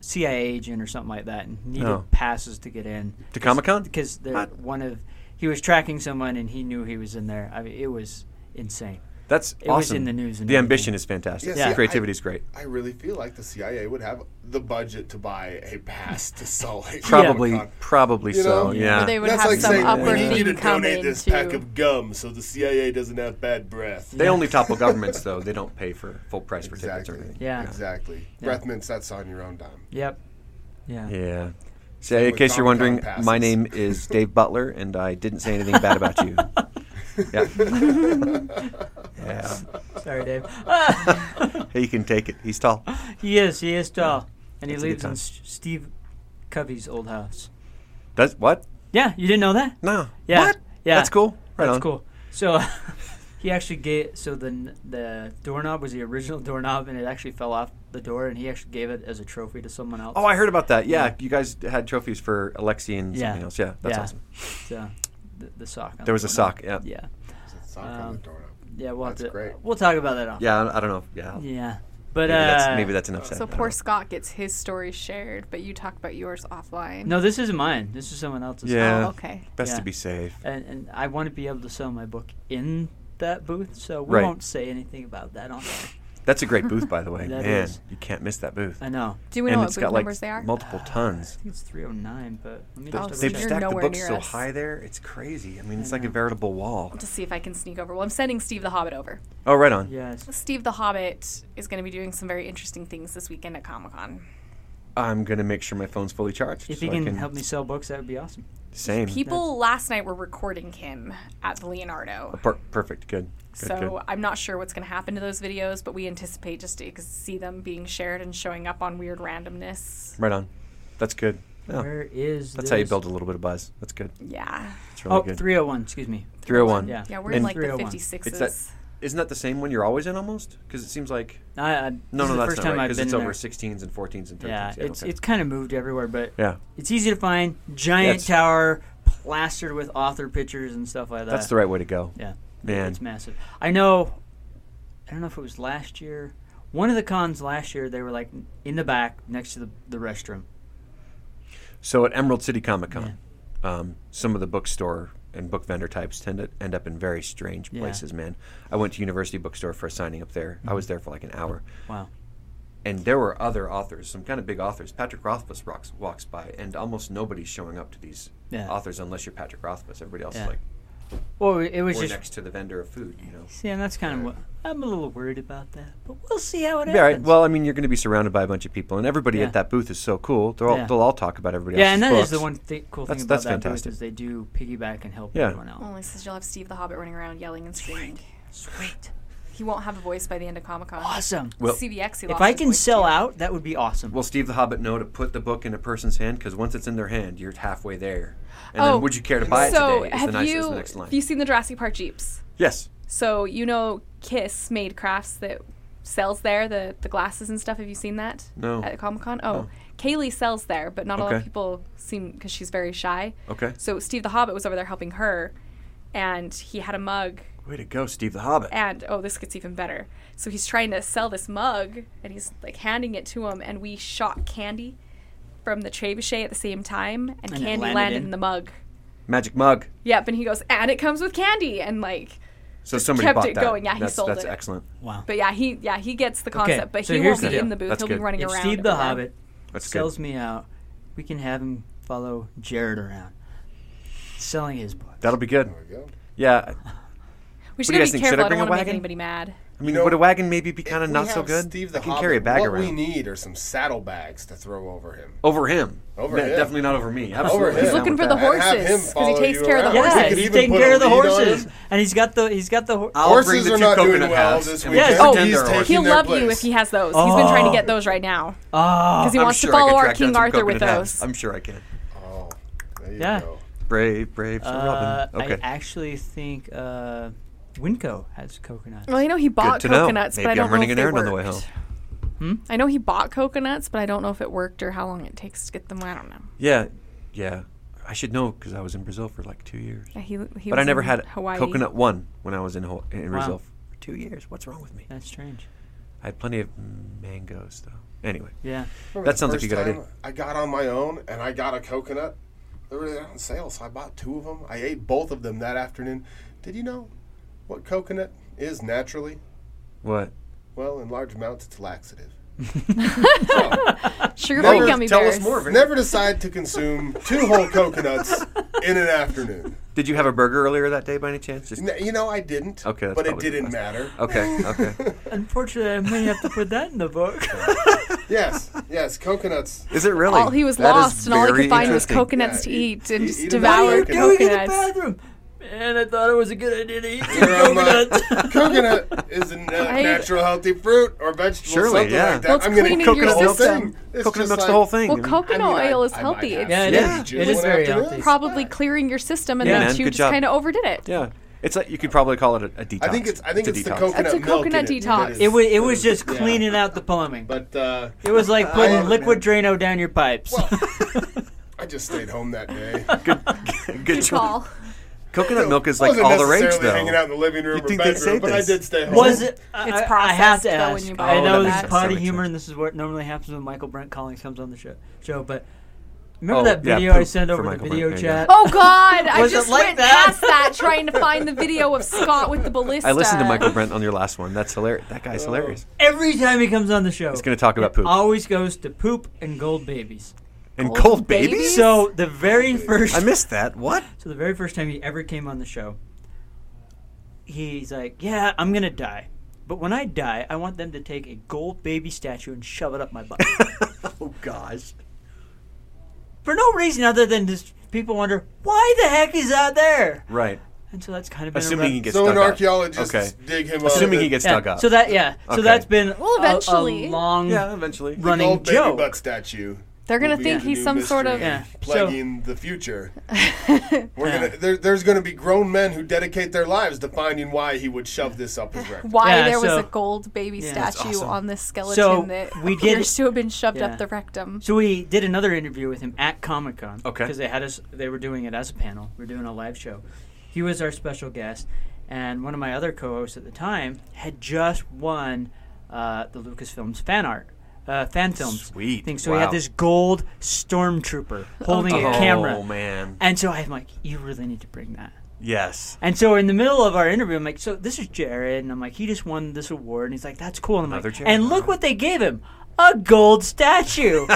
Speaker 4: CIA agent or something like that, and needed
Speaker 7: Oh.
Speaker 4: passes to get in
Speaker 7: To Comic-Con?
Speaker 4: because they're
Speaker 7: What?
Speaker 4: one of he was tracking someone and he knew he was in there. I mean, it was insane.
Speaker 7: That's
Speaker 4: It
Speaker 7: awesome.
Speaker 4: was in the news and
Speaker 7: the ambition
Speaker 4: everything.
Speaker 7: is fantastic.
Speaker 5: Yeah,
Speaker 7: The
Speaker 5: see, I-
Speaker 7: creativity is great.
Speaker 5: I really feel like the CIA would have the budget to buy a pass to Salt Lake.
Speaker 7: Probably,
Speaker 5: Comic-Con.
Speaker 7: probably
Speaker 5: You
Speaker 7: so.
Speaker 5: know?
Speaker 7: Yeah.
Speaker 6: Or they would
Speaker 5: That's
Speaker 6: have
Speaker 5: like
Speaker 6: some
Speaker 5: saying,
Speaker 6: upward
Speaker 5: we need you to
Speaker 6: thing come
Speaker 5: donate
Speaker 6: in
Speaker 5: this
Speaker 6: to.
Speaker 5: pack of gum so the CIA doesn't have bad breath.
Speaker 7: They only topple governments though. They don't pay for full price for tickets or
Speaker 5: Exactly.
Speaker 7: anything.
Speaker 4: Yeah.
Speaker 5: Exactly. Breath mints, that's on your own dime.
Speaker 4: Yep. Yeah.
Speaker 7: Yeah. So, in
Speaker 5: with
Speaker 7: case you're
Speaker 5: Comic-Con
Speaker 7: wondering,
Speaker 5: passes.
Speaker 7: my name is Dave Butler, and I didn't say anything bad about you. Yeah. yeah.
Speaker 4: Sorry, Dave.
Speaker 7: He can take it. He's tall.
Speaker 4: he is. He is tall, and he
Speaker 7: That's a good
Speaker 4: lives in
Speaker 7: time.
Speaker 4: S- Steve Covey's old house.
Speaker 7: Does what?
Speaker 4: Yeah, you didn't know that?
Speaker 7: No.
Speaker 4: Yeah.
Speaker 7: What?
Speaker 4: Yeah.
Speaker 7: That's cool. Right
Speaker 4: That's
Speaker 7: on.
Speaker 4: cool. So he actually gave so the n- the doorknob was the original doorknob and it actually fell off the door and he actually gave it as a trophy to someone else.
Speaker 7: Oh, I heard about that. Yeah,
Speaker 4: Yeah.
Speaker 7: you guys had trophies for Alexi and
Speaker 4: Yeah.
Speaker 7: something else. Yeah, that's
Speaker 4: Yeah.
Speaker 7: awesome.
Speaker 4: So the, the sock. On
Speaker 7: There was
Speaker 4: the
Speaker 7: a
Speaker 4: doorknob.
Speaker 7: sock. Yeah. Yeah,
Speaker 4: Yeah.
Speaker 5: It's not
Speaker 7: Um,
Speaker 5: on the doorknob.
Speaker 4: Yeah. We'll have
Speaker 5: That's
Speaker 4: to.
Speaker 5: great.
Speaker 4: We'll talk about that. Off.
Speaker 7: I, I don't know. Yeah.
Speaker 4: Yeah. But
Speaker 7: Maybe,
Speaker 4: uh,
Speaker 7: that's, maybe that's enough said.
Speaker 6: So
Speaker 7: I don't
Speaker 6: poor
Speaker 7: know.
Speaker 6: Scott gets his story shared, but you talk about yours offline.
Speaker 4: no, this isn't mine. This is someone else's.
Speaker 7: Yeah.
Speaker 6: Oh, okay.
Speaker 7: Best
Speaker 4: Yeah. Uh,
Speaker 7: to be safe.
Speaker 4: And and I want to be able to sell my book in that booth, so we
Speaker 7: Right.
Speaker 4: won't say anything about that on there.
Speaker 7: That's a great booth, by the way.
Speaker 4: That
Speaker 7: Man,
Speaker 4: is.
Speaker 7: you can't miss that booth.
Speaker 4: I know.
Speaker 6: Do we know
Speaker 7: and
Speaker 6: what
Speaker 7: it's
Speaker 6: booth
Speaker 7: got like
Speaker 6: numbers they are?
Speaker 7: multiple tons.
Speaker 4: I think it's 309, but let me
Speaker 6: Oh,
Speaker 4: just double check.
Speaker 7: They've
Speaker 6: You're
Speaker 7: stacked the
Speaker 6: nowhere
Speaker 7: books
Speaker 6: near
Speaker 7: so
Speaker 6: us.
Speaker 7: high there. It's crazy. I mean, it's
Speaker 4: I
Speaker 7: like a
Speaker 4: know.
Speaker 7: veritable wall.
Speaker 6: to see if I can sneak over. Well, I'm sending Steve the Hobbit over.
Speaker 7: Oh, right on.
Speaker 4: Yes.
Speaker 6: Steve the Hobbit is going to be doing some very interesting things this weekend at Comic Con.
Speaker 7: Mm-hmm. I'm gonna make sure my phone's fully charged.
Speaker 4: If
Speaker 7: so
Speaker 4: you
Speaker 7: I
Speaker 4: can help me sell books, that would be awesome.
Speaker 7: Same.
Speaker 6: People last night were recording him at the Leonardo.
Speaker 7: Per- perfect. Good. Good.
Speaker 6: so
Speaker 7: good.
Speaker 6: I'm not sure what's going to happen to those videos, but we anticipate just to ex- see them being shared and showing up on weird randomness.
Speaker 7: Right on. That's good. Yeah.
Speaker 4: Where is
Speaker 7: That's how you
Speaker 4: this?
Speaker 7: build a little bit of buzz. That's good.
Speaker 6: Yeah.
Speaker 7: It's really
Speaker 4: Oh,
Speaker 7: good.
Speaker 4: 301, excuse me.
Speaker 7: 301.
Speaker 4: Yeah.
Speaker 6: Yeah, we're in
Speaker 7: Hmm. And-
Speaker 6: like the
Speaker 4: 301.
Speaker 6: 56s.
Speaker 7: It's that. Isn't that the same one you're always in almost? Because it seems like
Speaker 4: I, I,
Speaker 7: no,
Speaker 4: this
Speaker 7: no,
Speaker 4: is the
Speaker 7: that's
Speaker 4: first
Speaker 7: not
Speaker 4: time
Speaker 7: right.
Speaker 4: I've
Speaker 7: Because
Speaker 4: been
Speaker 7: it's
Speaker 4: in
Speaker 7: over
Speaker 4: there.
Speaker 7: 16s and 14s and 13s.
Speaker 4: Yeah, it's
Speaker 7: okay.
Speaker 4: it's kind of moved everywhere, but
Speaker 7: yeah.
Speaker 4: it's easy to find. Giant
Speaker 7: it's-
Speaker 4: tower plastered with author pictures and stuff like that.
Speaker 7: That's the right way to go.
Speaker 4: Yeah,
Speaker 7: Man.
Speaker 4: it's massive. I know. I don't know if it was last year. One of the cons last year, they were like in the back next to the, the restroom.
Speaker 7: So at Emerald City Comic Con, um, some of the bookstore and book vendor types tend to end up in very strange
Speaker 4: Yeah.
Speaker 7: places, man. I went to University Bookstore for a signing up there. I was
Speaker 4: Mm-hmm.
Speaker 7: there for like an hour.
Speaker 4: Wow.
Speaker 7: And there were other authors, some kind of big authors. Patrick Rothfuss rocks, walks by, and almost nobody's showing up to these
Speaker 4: Yeah.
Speaker 7: authors unless you're Patrick Rothfuss. Everybody else
Speaker 4: Yeah.
Speaker 7: is like,
Speaker 4: Or it was
Speaker 7: we're
Speaker 4: just
Speaker 7: next to the vendor of food, you know.
Speaker 4: see, and that's kind of what I'm a little worried about that, but we'll see how it
Speaker 7: Yeah, right.
Speaker 4: happens.
Speaker 7: Well, I mean, you're going to be surrounded by a bunch of people, and everybody
Speaker 4: Yeah.
Speaker 7: at that booth is so cool. They're all,
Speaker 4: Yeah.
Speaker 7: They'll all talk about everybody
Speaker 4: yeah,
Speaker 7: else's
Speaker 4: and that is
Speaker 7: books.
Speaker 4: the one th- cool thing
Speaker 7: That's-
Speaker 4: about
Speaker 7: that's
Speaker 4: that booth
Speaker 7: fantastic.
Speaker 4: is they do piggyback and help
Speaker 7: Yeah.
Speaker 4: everyone out.
Speaker 6: Only since you'll have Steve the Hobbit running around yelling and screaming. Sweet. He won't have a voice by the end of Comic Con.
Speaker 4: Awesome.
Speaker 7: Well-
Speaker 6: CBX. He
Speaker 4: If
Speaker 6: lost
Speaker 4: I
Speaker 6: his
Speaker 4: can
Speaker 6: voice
Speaker 4: sell
Speaker 6: too.
Speaker 4: out, that would be awesome.
Speaker 7: Will Steve the Hobbit know to put the book in a person's hand? Because once it's in their hand, you're halfway there. And
Speaker 6: oh,
Speaker 7: then would you care to buy
Speaker 6: so
Speaker 7: it today? is
Speaker 6: have
Speaker 7: the, nice,
Speaker 6: you
Speaker 7: is the next line.
Speaker 6: have you seen the Jurassic Park jeeps?
Speaker 7: yes.
Speaker 6: So you know Kiss made crafts that sells there the the glasses and stuff. Have you seen that?
Speaker 7: No.
Speaker 6: At Comic Con. Oh. Kaylee sells there, but not a lot of
Speaker 7: Okay.
Speaker 6: people seem because she's very shy.
Speaker 7: Okay.
Speaker 6: So Steve the Hobbit was over there helping her, and he had a mug
Speaker 7: Way to go, Steve the Hobbit.
Speaker 6: and oh this gets even better so he's trying to sell this mug and he's like handing it to him and we shot candy from the trebuchet at the same time
Speaker 4: And
Speaker 6: and,
Speaker 4: it
Speaker 6: candy landed,
Speaker 4: landed
Speaker 6: in.
Speaker 4: in?
Speaker 6: the mug
Speaker 7: Magic mug.
Speaker 6: yep and he goes and it comes with candy and like
Speaker 7: So somebody
Speaker 6: kept
Speaker 7: bought
Speaker 6: it
Speaker 7: that.
Speaker 6: going. Yeah, he
Speaker 7: that's,
Speaker 6: sold
Speaker 7: that's
Speaker 6: it.
Speaker 7: excellent.
Speaker 4: wow.
Speaker 6: but yeah he yeah he gets the concept but
Speaker 4: so
Speaker 6: he
Speaker 4: here's
Speaker 6: won't
Speaker 4: the
Speaker 6: be
Speaker 4: deal.
Speaker 6: in the booth
Speaker 7: That's
Speaker 6: he'll be
Speaker 7: good.
Speaker 6: running
Speaker 4: If
Speaker 6: around
Speaker 4: Steve the
Speaker 6: everywhere.
Speaker 4: Hobbit
Speaker 7: That's good.
Speaker 4: sells me out, we can have him follow Jared around, selling his book.
Speaker 7: That'll be good.
Speaker 5: There we go.
Speaker 7: Yeah.
Speaker 6: we should gotta
Speaker 7: do you guys
Speaker 6: be
Speaker 7: think? Should I
Speaker 6: careful i
Speaker 7: bring
Speaker 6: don't
Speaker 7: a
Speaker 6: want to make
Speaker 7: wagon?
Speaker 6: anybody mad
Speaker 7: I mean,
Speaker 5: know,
Speaker 7: would a wagon maybe be kind
Speaker 5: If
Speaker 7: of
Speaker 5: we
Speaker 7: not so
Speaker 5: have
Speaker 7: good?
Speaker 5: Steve
Speaker 7: I
Speaker 5: the
Speaker 7: can carry a
Speaker 5: Hobbit,
Speaker 7: bag
Speaker 5: what
Speaker 7: around.
Speaker 5: we need are some saddlebags to throw over him.
Speaker 7: Over him.
Speaker 5: Over
Speaker 7: No,
Speaker 5: him.
Speaker 7: Definitely not over me. Absolutely
Speaker 5: him. He's
Speaker 7: down
Speaker 6: looking
Speaker 7: with
Speaker 6: for
Speaker 7: that.
Speaker 6: the
Speaker 5: And have him
Speaker 6: horses because he
Speaker 5: follow
Speaker 6: takes
Speaker 5: you
Speaker 6: care of the
Speaker 5: around.
Speaker 6: horses
Speaker 4: Yeah,
Speaker 5: We could
Speaker 4: he's
Speaker 5: even
Speaker 4: taking
Speaker 5: put
Speaker 4: care
Speaker 5: a
Speaker 4: of the
Speaker 5: lead on
Speaker 4: horses,
Speaker 5: him.
Speaker 4: and he's got the he's got the. Ho-
Speaker 7: I'll bring
Speaker 5: Horses
Speaker 7: the
Speaker 5: are
Speaker 7: two
Speaker 5: not doing
Speaker 7: coconut
Speaker 5: well
Speaker 7: halves
Speaker 5: this
Speaker 7: and
Speaker 5: weekend.
Speaker 7: pretend
Speaker 4: Oh,
Speaker 7: they're
Speaker 5: he's
Speaker 7: horses.
Speaker 5: taking
Speaker 6: he'll
Speaker 5: their
Speaker 6: love you
Speaker 5: place.
Speaker 6: if he has those he's been trying to get those right now because he
Speaker 7: I'm
Speaker 6: wants
Speaker 7: sure
Speaker 6: to
Speaker 7: I could
Speaker 6: follow our
Speaker 7: track down
Speaker 6: king
Speaker 7: some
Speaker 6: arthur with
Speaker 7: coconut halves.
Speaker 6: those
Speaker 7: I'm sure I can.
Speaker 5: Oh, there you
Speaker 4: Yeah.
Speaker 5: go.
Speaker 7: Brave, brave Sir
Speaker 4: Uh,
Speaker 7: Robin.
Speaker 4: I
Speaker 7: Okay.
Speaker 4: actually think uh, Winco has coconut.
Speaker 6: well, I know he bought
Speaker 7: Good to know.
Speaker 6: coconuts, but I
Speaker 7: Maybe
Speaker 6: don't
Speaker 7: I'm running
Speaker 6: know if
Speaker 7: an
Speaker 6: they
Speaker 7: errand on
Speaker 6: worked.
Speaker 7: the way home.
Speaker 6: I know he bought coconuts, but I don't know if it worked or how long it takes to get them. I don't know.
Speaker 7: Yeah, yeah. I should know because I was in Brazil for like two years.
Speaker 6: Yeah, He, he
Speaker 7: But
Speaker 6: was
Speaker 7: I never
Speaker 6: in
Speaker 7: had
Speaker 6: Hawaii.
Speaker 7: coconut one when I was in, Haw- in
Speaker 4: Wow.
Speaker 7: Brazil for two years. What's wrong with me?
Speaker 4: That's strange.
Speaker 7: I had plenty of mangoes though. Anyway,
Speaker 4: Yeah.
Speaker 5: Remember
Speaker 7: That sounds like
Speaker 5: first
Speaker 7: a good
Speaker 5: time
Speaker 7: idea.
Speaker 5: I got on my own and I got a coconut. They were on sale, so I bought two of them. I ate both of them that afternoon. Did you know what coconut is naturally?
Speaker 7: what?
Speaker 5: Well, in large amounts, it's laxative.
Speaker 6: Sugar-free
Speaker 5: Never-
Speaker 6: Oh, gummy
Speaker 7: tell
Speaker 6: bears.
Speaker 7: us more. Vin.
Speaker 5: Never decide to consume two whole coconuts in an afternoon.
Speaker 7: Did you have a burger earlier that day by any chance? Just,
Speaker 5: N- You know, I didn't.
Speaker 7: Okay, that's
Speaker 5: but it
Speaker 7: probably the
Speaker 5: didn't
Speaker 7: best.
Speaker 5: matter.
Speaker 7: Okay, okay.
Speaker 4: Unfortunately, I may have to put that in the book.
Speaker 5: Yes, yes, coconuts.
Speaker 7: Is it really?
Speaker 6: All he was
Speaker 7: That is
Speaker 6: lost, and all he
Speaker 7: very
Speaker 6: could find was
Speaker 7: interesting.
Speaker 6: coconuts
Speaker 5: Yeah,
Speaker 6: to
Speaker 5: eat-
Speaker 6: eat, and
Speaker 5: eat-
Speaker 6: just
Speaker 5: eat a
Speaker 4: what are you
Speaker 6: devoured
Speaker 5: basket of
Speaker 4: doing in the
Speaker 6: coconuts.
Speaker 4: bathroom? Man, I thought it was a good idea to eat two
Speaker 5: Here I'm, uh,
Speaker 4: coconuts.
Speaker 5: coconut is a na-
Speaker 6: I-
Speaker 5: natural healthy fruit or vegetable,
Speaker 7: Surely,
Speaker 5: something
Speaker 7: yeah.
Speaker 5: like that.
Speaker 6: Well, it's
Speaker 5: I'm gonna
Speaker 6: cleaning
Speaker 5: cook
Speaker 6: your
Speaker 5: the whole
Speaker 6: system.
Speaker 5: thing. It's
Speaker 7: Coconut
Speaker 5: just
Speaker 7: milk's the
Speaker 5: like-
Speaker 7: whole thing.
Speaker 6: Well,
Speaker 7: I mean,
Speaker 5: I
Speaker 6: coconut
Speaker 5: mean, I-
Speaker 6: oil is
Speaker 5: I might
Speaker 6: healthy.
Speaker 5: have
Speaker 6: It's
Speaker 4: Yeah, it
Speaker 5: some
Speaker 4: is.
Speaker 5: juice
Speaker 4: It is
Speaker 5: one
Speaker 4: very
Speaker 5: afternoon.
Speaker 4: healthy.
Speaker 6: probably clearing your system, and
Speaker 7: Yeah,
Speaker 6: then
Speaker 7: man,
Speaker 6: you
Speaker 7: good
Speaker 6: just
Speaker 7: job.
Speaker 6: kind of overdid it.
Speaker 7: yeah. It's like you could probably call it a, a detox.
Speaker 5: I think it's I think
Speaker 7: a
Speaker 5: it's, the
Speaker 7: detox.
Speaker 5: coconut
Speaker 6: That's a
Speaker 5: milk.
Speaker 6: coconut
Speaker 5: in it.
Speaker 6: detox.
Speaker 5: that is-
Speaker 4: it was it
Speaker 5: that
Speaker 4: was
Speaker 5: is-
Speaker 4: just
Speaker 5: yeah.
Speaker 4: cleaning out the plumbing.
Speaker 5: But uh,
Speaker 4: It was like putting
Speaker 5: love it,
Speaker 4: liquid Drano down your pipes.
Speaker 5: I just stayed home that day.
Speaker 7: Good
Speaker 6: Good
Speaker 7: job.
Speaker 6: call.
Speaker 7: Coconut milk is
Speaker 5: I
Speaker 7: like
Speaker 5: wasn't
Speaker 7: all the rage
Speaker 5: necessarily
Speaker 7: though.
Speaker 5: hanging out in the living room
Speaker 7: You'd
Speaker 5: or
Speaker 7: think they'd
Speaker 5: bedroom,
Speaker 7: save
Speaker 5: but I
Speaker 7: this.
Speaker 5: did stay home.
Speaker 4: Was it?
Speaker 6: It's
Speaker 4: I, I have
Speaker 6: processed,
Speaker 4: to
Speaker 6: though,
Speaker 4: ask.
Speaker 6: when you buy
Speaker 4: I
Speaker 6: it.
Speaker 4: know
Speaker 6: Oh,
Speaker 4: this is
Speaker 6: that
Speaker 7: makes so
Speaker 4: potty
Speaker 7: much
Speaker 4: humor,
Speaker 7: sense.
Speaker 4: and this is what normally happens when Michael Brent Collins comes on the show. Show, but remember
Speaker 7: Oh,
Speaker 4: that
Speaker 7: yeah,
Speaker 4: video I
Speaker 7: poop
Speaker 4: sent
Speaker 7: for
Speaker 4: over the
Speaker 7: Michael
Speaker 4: video
Speaker 7: Brent, yeah, yeah.
Speaker 4: chat?
Speaker 6: Oh God! I
Speaker 4: Was it
Speaker 6: just
Speaker 4: like
Speaker 6: went
Speaker 4: that?
Speaker 6: past that trying to find the video of Scott with the ballista.
Speaker 7: I listened to Michael Brent on your last one. That's hilarious. That
Speaker 5: Oh.
Speaker 7: guy's hilarious.
Speaker 4: Every time he comes on the show,
Speaker 7: He's going to talk about poop
Speaker 4: always goes to poop and gold babies.
Speaker 7: and
Speaker 6: Gold
Speaker 7: cold
Speaker 6: babies?
Speaker 7: babies.
Speaker 4: So the very first,
Speaker 7: I missed that. What?
Speaker 4: so the very first time he ever came on the show, he's like, "Yeah, I'm gonna die." But when I die, I want them to take a gold baby statue and shove it up my butt.
Speaker 7: Oh gosh.
Speaker 4: For no reason other than just people wonder, why the heck is that there?
Speaker 7: Right.
Speaker 4: And so that's kind of been a
Speaker 7: Assuming
Speaker 4: re-
Speaker 7: he gets
Speaker 5: So
Speaker 7: dug
Speaker 5: an
Speaker 7: up.
Speaker 5: archaeologist
Speaker 7: Okay.
Speaker 5: dig him up.
Speaker 7: Assuming he
Speaker 5: and
Speaker 7: gets
Speaker 4: yeah.
Speaker 7: dug up.
Speaker 4: So that yeah. So
Speaker 7: Okay.
Speaker 4: that's been
Speaker 6: Well,
Speaker 4: a-
Speaker 6: eventually.
Speaker 4: a, long
Speaker 7: yeah, eventually.
Speaker 5: the
Speaker 4: running
Speaker 5: old baby
Speaker 4: joke.
Speaker 5: butt statue.
Speaker 6: They're gonna
Speaker 5: will be
Speaker 6: think
Speaker 5: the
Speaker 6: he's
Speaker 5: new
Speaker 6: some sort of
Speaker 5: mystery
Speaker 4: Yeah.
Speaker 5: plaguing the future. We're
Speaker 4: Yeah.
Speaker 5: gonna there, there's gonna be grown men who dedicate their lives to finding why he would shove this up his rectum.
Speaker 6: why
Speaker 4: Yeah,
Speaker 6: there was
Speaker 4: so-
Speaker 6: a gold baby
Speaker 4: that's
Speaker 6: statue on this skeleton
Speaker 4: So,
Speaker 6: that
Speaker 4: we did-
Speaker 6: appears to have been shoved
Speaker 4: Yeah.
Speaker 6: up the rectum.
Speaker 4: So we did another interview with him at Comic Con.
Speaker 7: Okay.
Speaker 4: Because they had us, they were doing it as a panel. We were doing a live show. He was our special guest, and one of my other co-hosts at the time had just won uh, the Lucasfilms fan art. Uh, fan films
Speaker 7: Sweet.
Speaker 4: thing. So he had
Speaker 7: Wow.
Speaker 4: this gold stormtrooper holding
Speaker 7: Oh
Speaker 4: a camera,
Speaker 7: man.
Speaker 4: and so I'm like, "You really need to bring that."
Speaker 8: Yes.
Speaker 4: And so in the middle of our interview, I'm like, so this is Jared, and I'm like, he just won this award, and he's like, that's cool, and I'm
Speaker 7: Another
Speaker 4: like,
Speaker 7: Jared,
Speaker 4: and look what they gave him, a gold statue.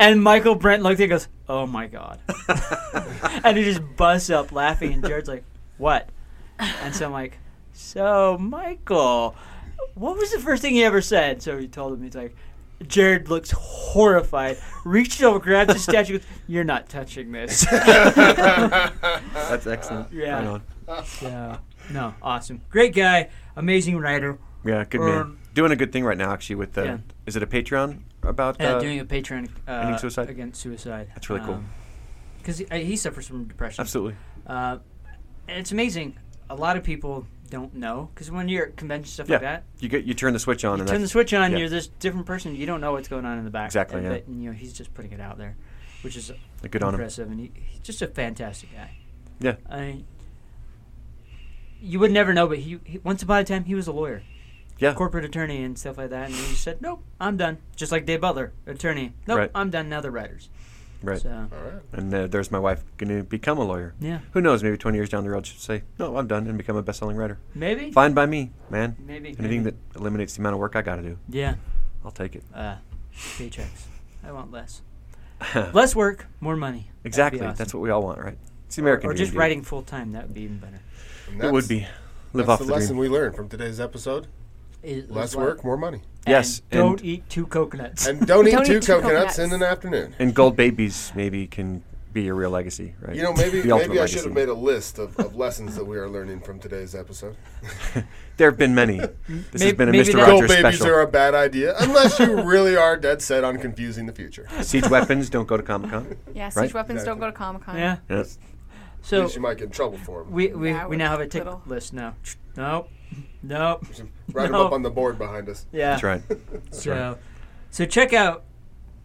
Speaker 4: and Michael Brent looked at it and goes, oh my god, and he just busts up laughing, and Jared's like, what? And so I'm like, so Michael, what was the first thing he ever said? So he told him, he's like. Jared looks horrified, reaches over, grabs the statue, goes, You're not touching this.
Speaker 7: That's excellent.
Speaker 4: Yeah.
Speaker 7: Right on.
Speaker 4: So, Uh, no, awesome. Great guy, amazing writer.
Speaker 7: Yeah, good
Speaker 4: Um,
Speaker 7: man. Doing a good thing right now, actually. With the
Speaker 4: Yeah.
Speaker 7: is it a Patreon about
Speaker 4: Yeah,
Speaker 7: uh,
Speaker 4: doing a um, Patreon uh,
Speaker 7: ending suicide?
Speaker 4: against suicide.
Speaker 7: That's really cool.
Speaker 4: Because he, uh, he suffers from depression.
Speaker 7: Absolutely.
Speaker 4: Uh, and it's amazing. A lot of people don't know because when you're at convention stuff
Speaker 7: yeah,
Speaker 4: like that,
Speaker 7: you get you turn the switch on.
Speaker 4: you
Speaker 7: and
Speaker 4: turn the
Speaker 7: that's-
Speaker 4: switch on,
Speaker 7: yeah.
Speaker 4: you're this different person. You don't know what's going on in the back.
Speaker 7: Exactly,
Speaker 4: And,
Speaker 7: yeah.
Speaker 4: but, you know, he's just putting it out there, which is
Speaker 7: Good on him.
Speaker 4: impressive. And he, he's just a fantastic guy.
Speaker 7: Yeah.
Speaker 4: I mean, you would never know, but he, he once upon a time he was a lawyer.
Speaker 7: Yeah.
Speaker 4: Corporate attorney and stuff like that, and he just said, "Nope, I'm done." Just like Dave Butler, attorney. Nope,
Speaker 7: Right.
Speaker 4: I'm done. Now they're writers.
Speaker 7: Right.
Speaker 4: So,
Speaker 7: And uh, there's my wife going to become a lawyer.
Speaker 4: Yeah.
Speaker 7: Who knows? Maybe 20 years down the road, she'll say, "No, I'm done," and become a best-selling writer.
Speaker 4: Maybe.
Speaker 7: Fine by me, man.
Speaker 4: Maybe,
Speaker 7: Anything that eliminates the amount of work I got to do.
Speaker 4: Yeah.
Speaker 7: I'll take it.
Speaker 4: uh, paychecks. I want less. less work, more money. That'd be
Speaker 7: Exactly.
Speaker 4: awesome.
Speaker 7: That's what we all want, right? It's the American
Speaker 4: Or
Speaker 7: dream,
Speaker 4: just
Speaker 7: dude.
Speaker 4: writing full time. That would be even better.
Speaker 7: It would be. Live
Speaker 5: that's
Speaker 7: off
Speaker 5: the,
Speaker 7: the,
Speaker 5: lesson
Speaker 7: dream.
Speaker 5: we learned from today's episode.
Speaker 4: Is-
Speaker 5: Less
Speaker 4: is
Speaker 5: work,
Speaker 4: what-
Speaker 5: more money.
Speaker 7: Yes,
Speaker 4: And don't
Speaker 7: and-
Speaker 4: eat two coconuts.
Speaker 5: And don't eat two coconuts in an afternoon.
Speaker 7: And gold babies maybe can be your real legacy, right?
Speaker 5: You know, maybe
Speaker 7: The
Speaker 5: maybe
Speaker 7: ultimate
Speaker 5: I should have
Speaker 7: legacy.
Speaker 5: made a list of, of lessons that we are learning from today's episode.
Speaker 7: There have been many. This has
Speaker 5: Maybe-
Speaker 7: been a
Speaker 5: maybe
Speaker 7: Mr.
Speaker 5: that- Gold
Speaker 7: Rogers
Speaker 5: babies
Speaker 7: special.
Speaker 5: are a bad idea unless you really are dead set on confusing the future.
Speaker 7: Siege weapons don't go to Comic Con.
Speaker 6: Yeah, siege
Speaker 7: right?
Speaker 6: weapons don't go to Comic Con.
Speaker 4: Yeah.
Speaker 7: Yeah.
Speaker 4: So
Speaker 5: Because you might get in trouble for 'em.
Speaker 4: We we,
Speaker 6: Yeah,
Speaker 4: we
Speaker 6: with
Speaker 4: now have a tick
Speaker 6: little-
Speaker 4: list now. Nope. Nope.
Speaker 5: Write 'em
Speaker 4: No.
Speaker 5: up on the board behind us.
Speaker 4: Yeah.
Speaker 7: That's right. That's
Speaker 4: so
Speaker 7: right.
Speaker 4: so check out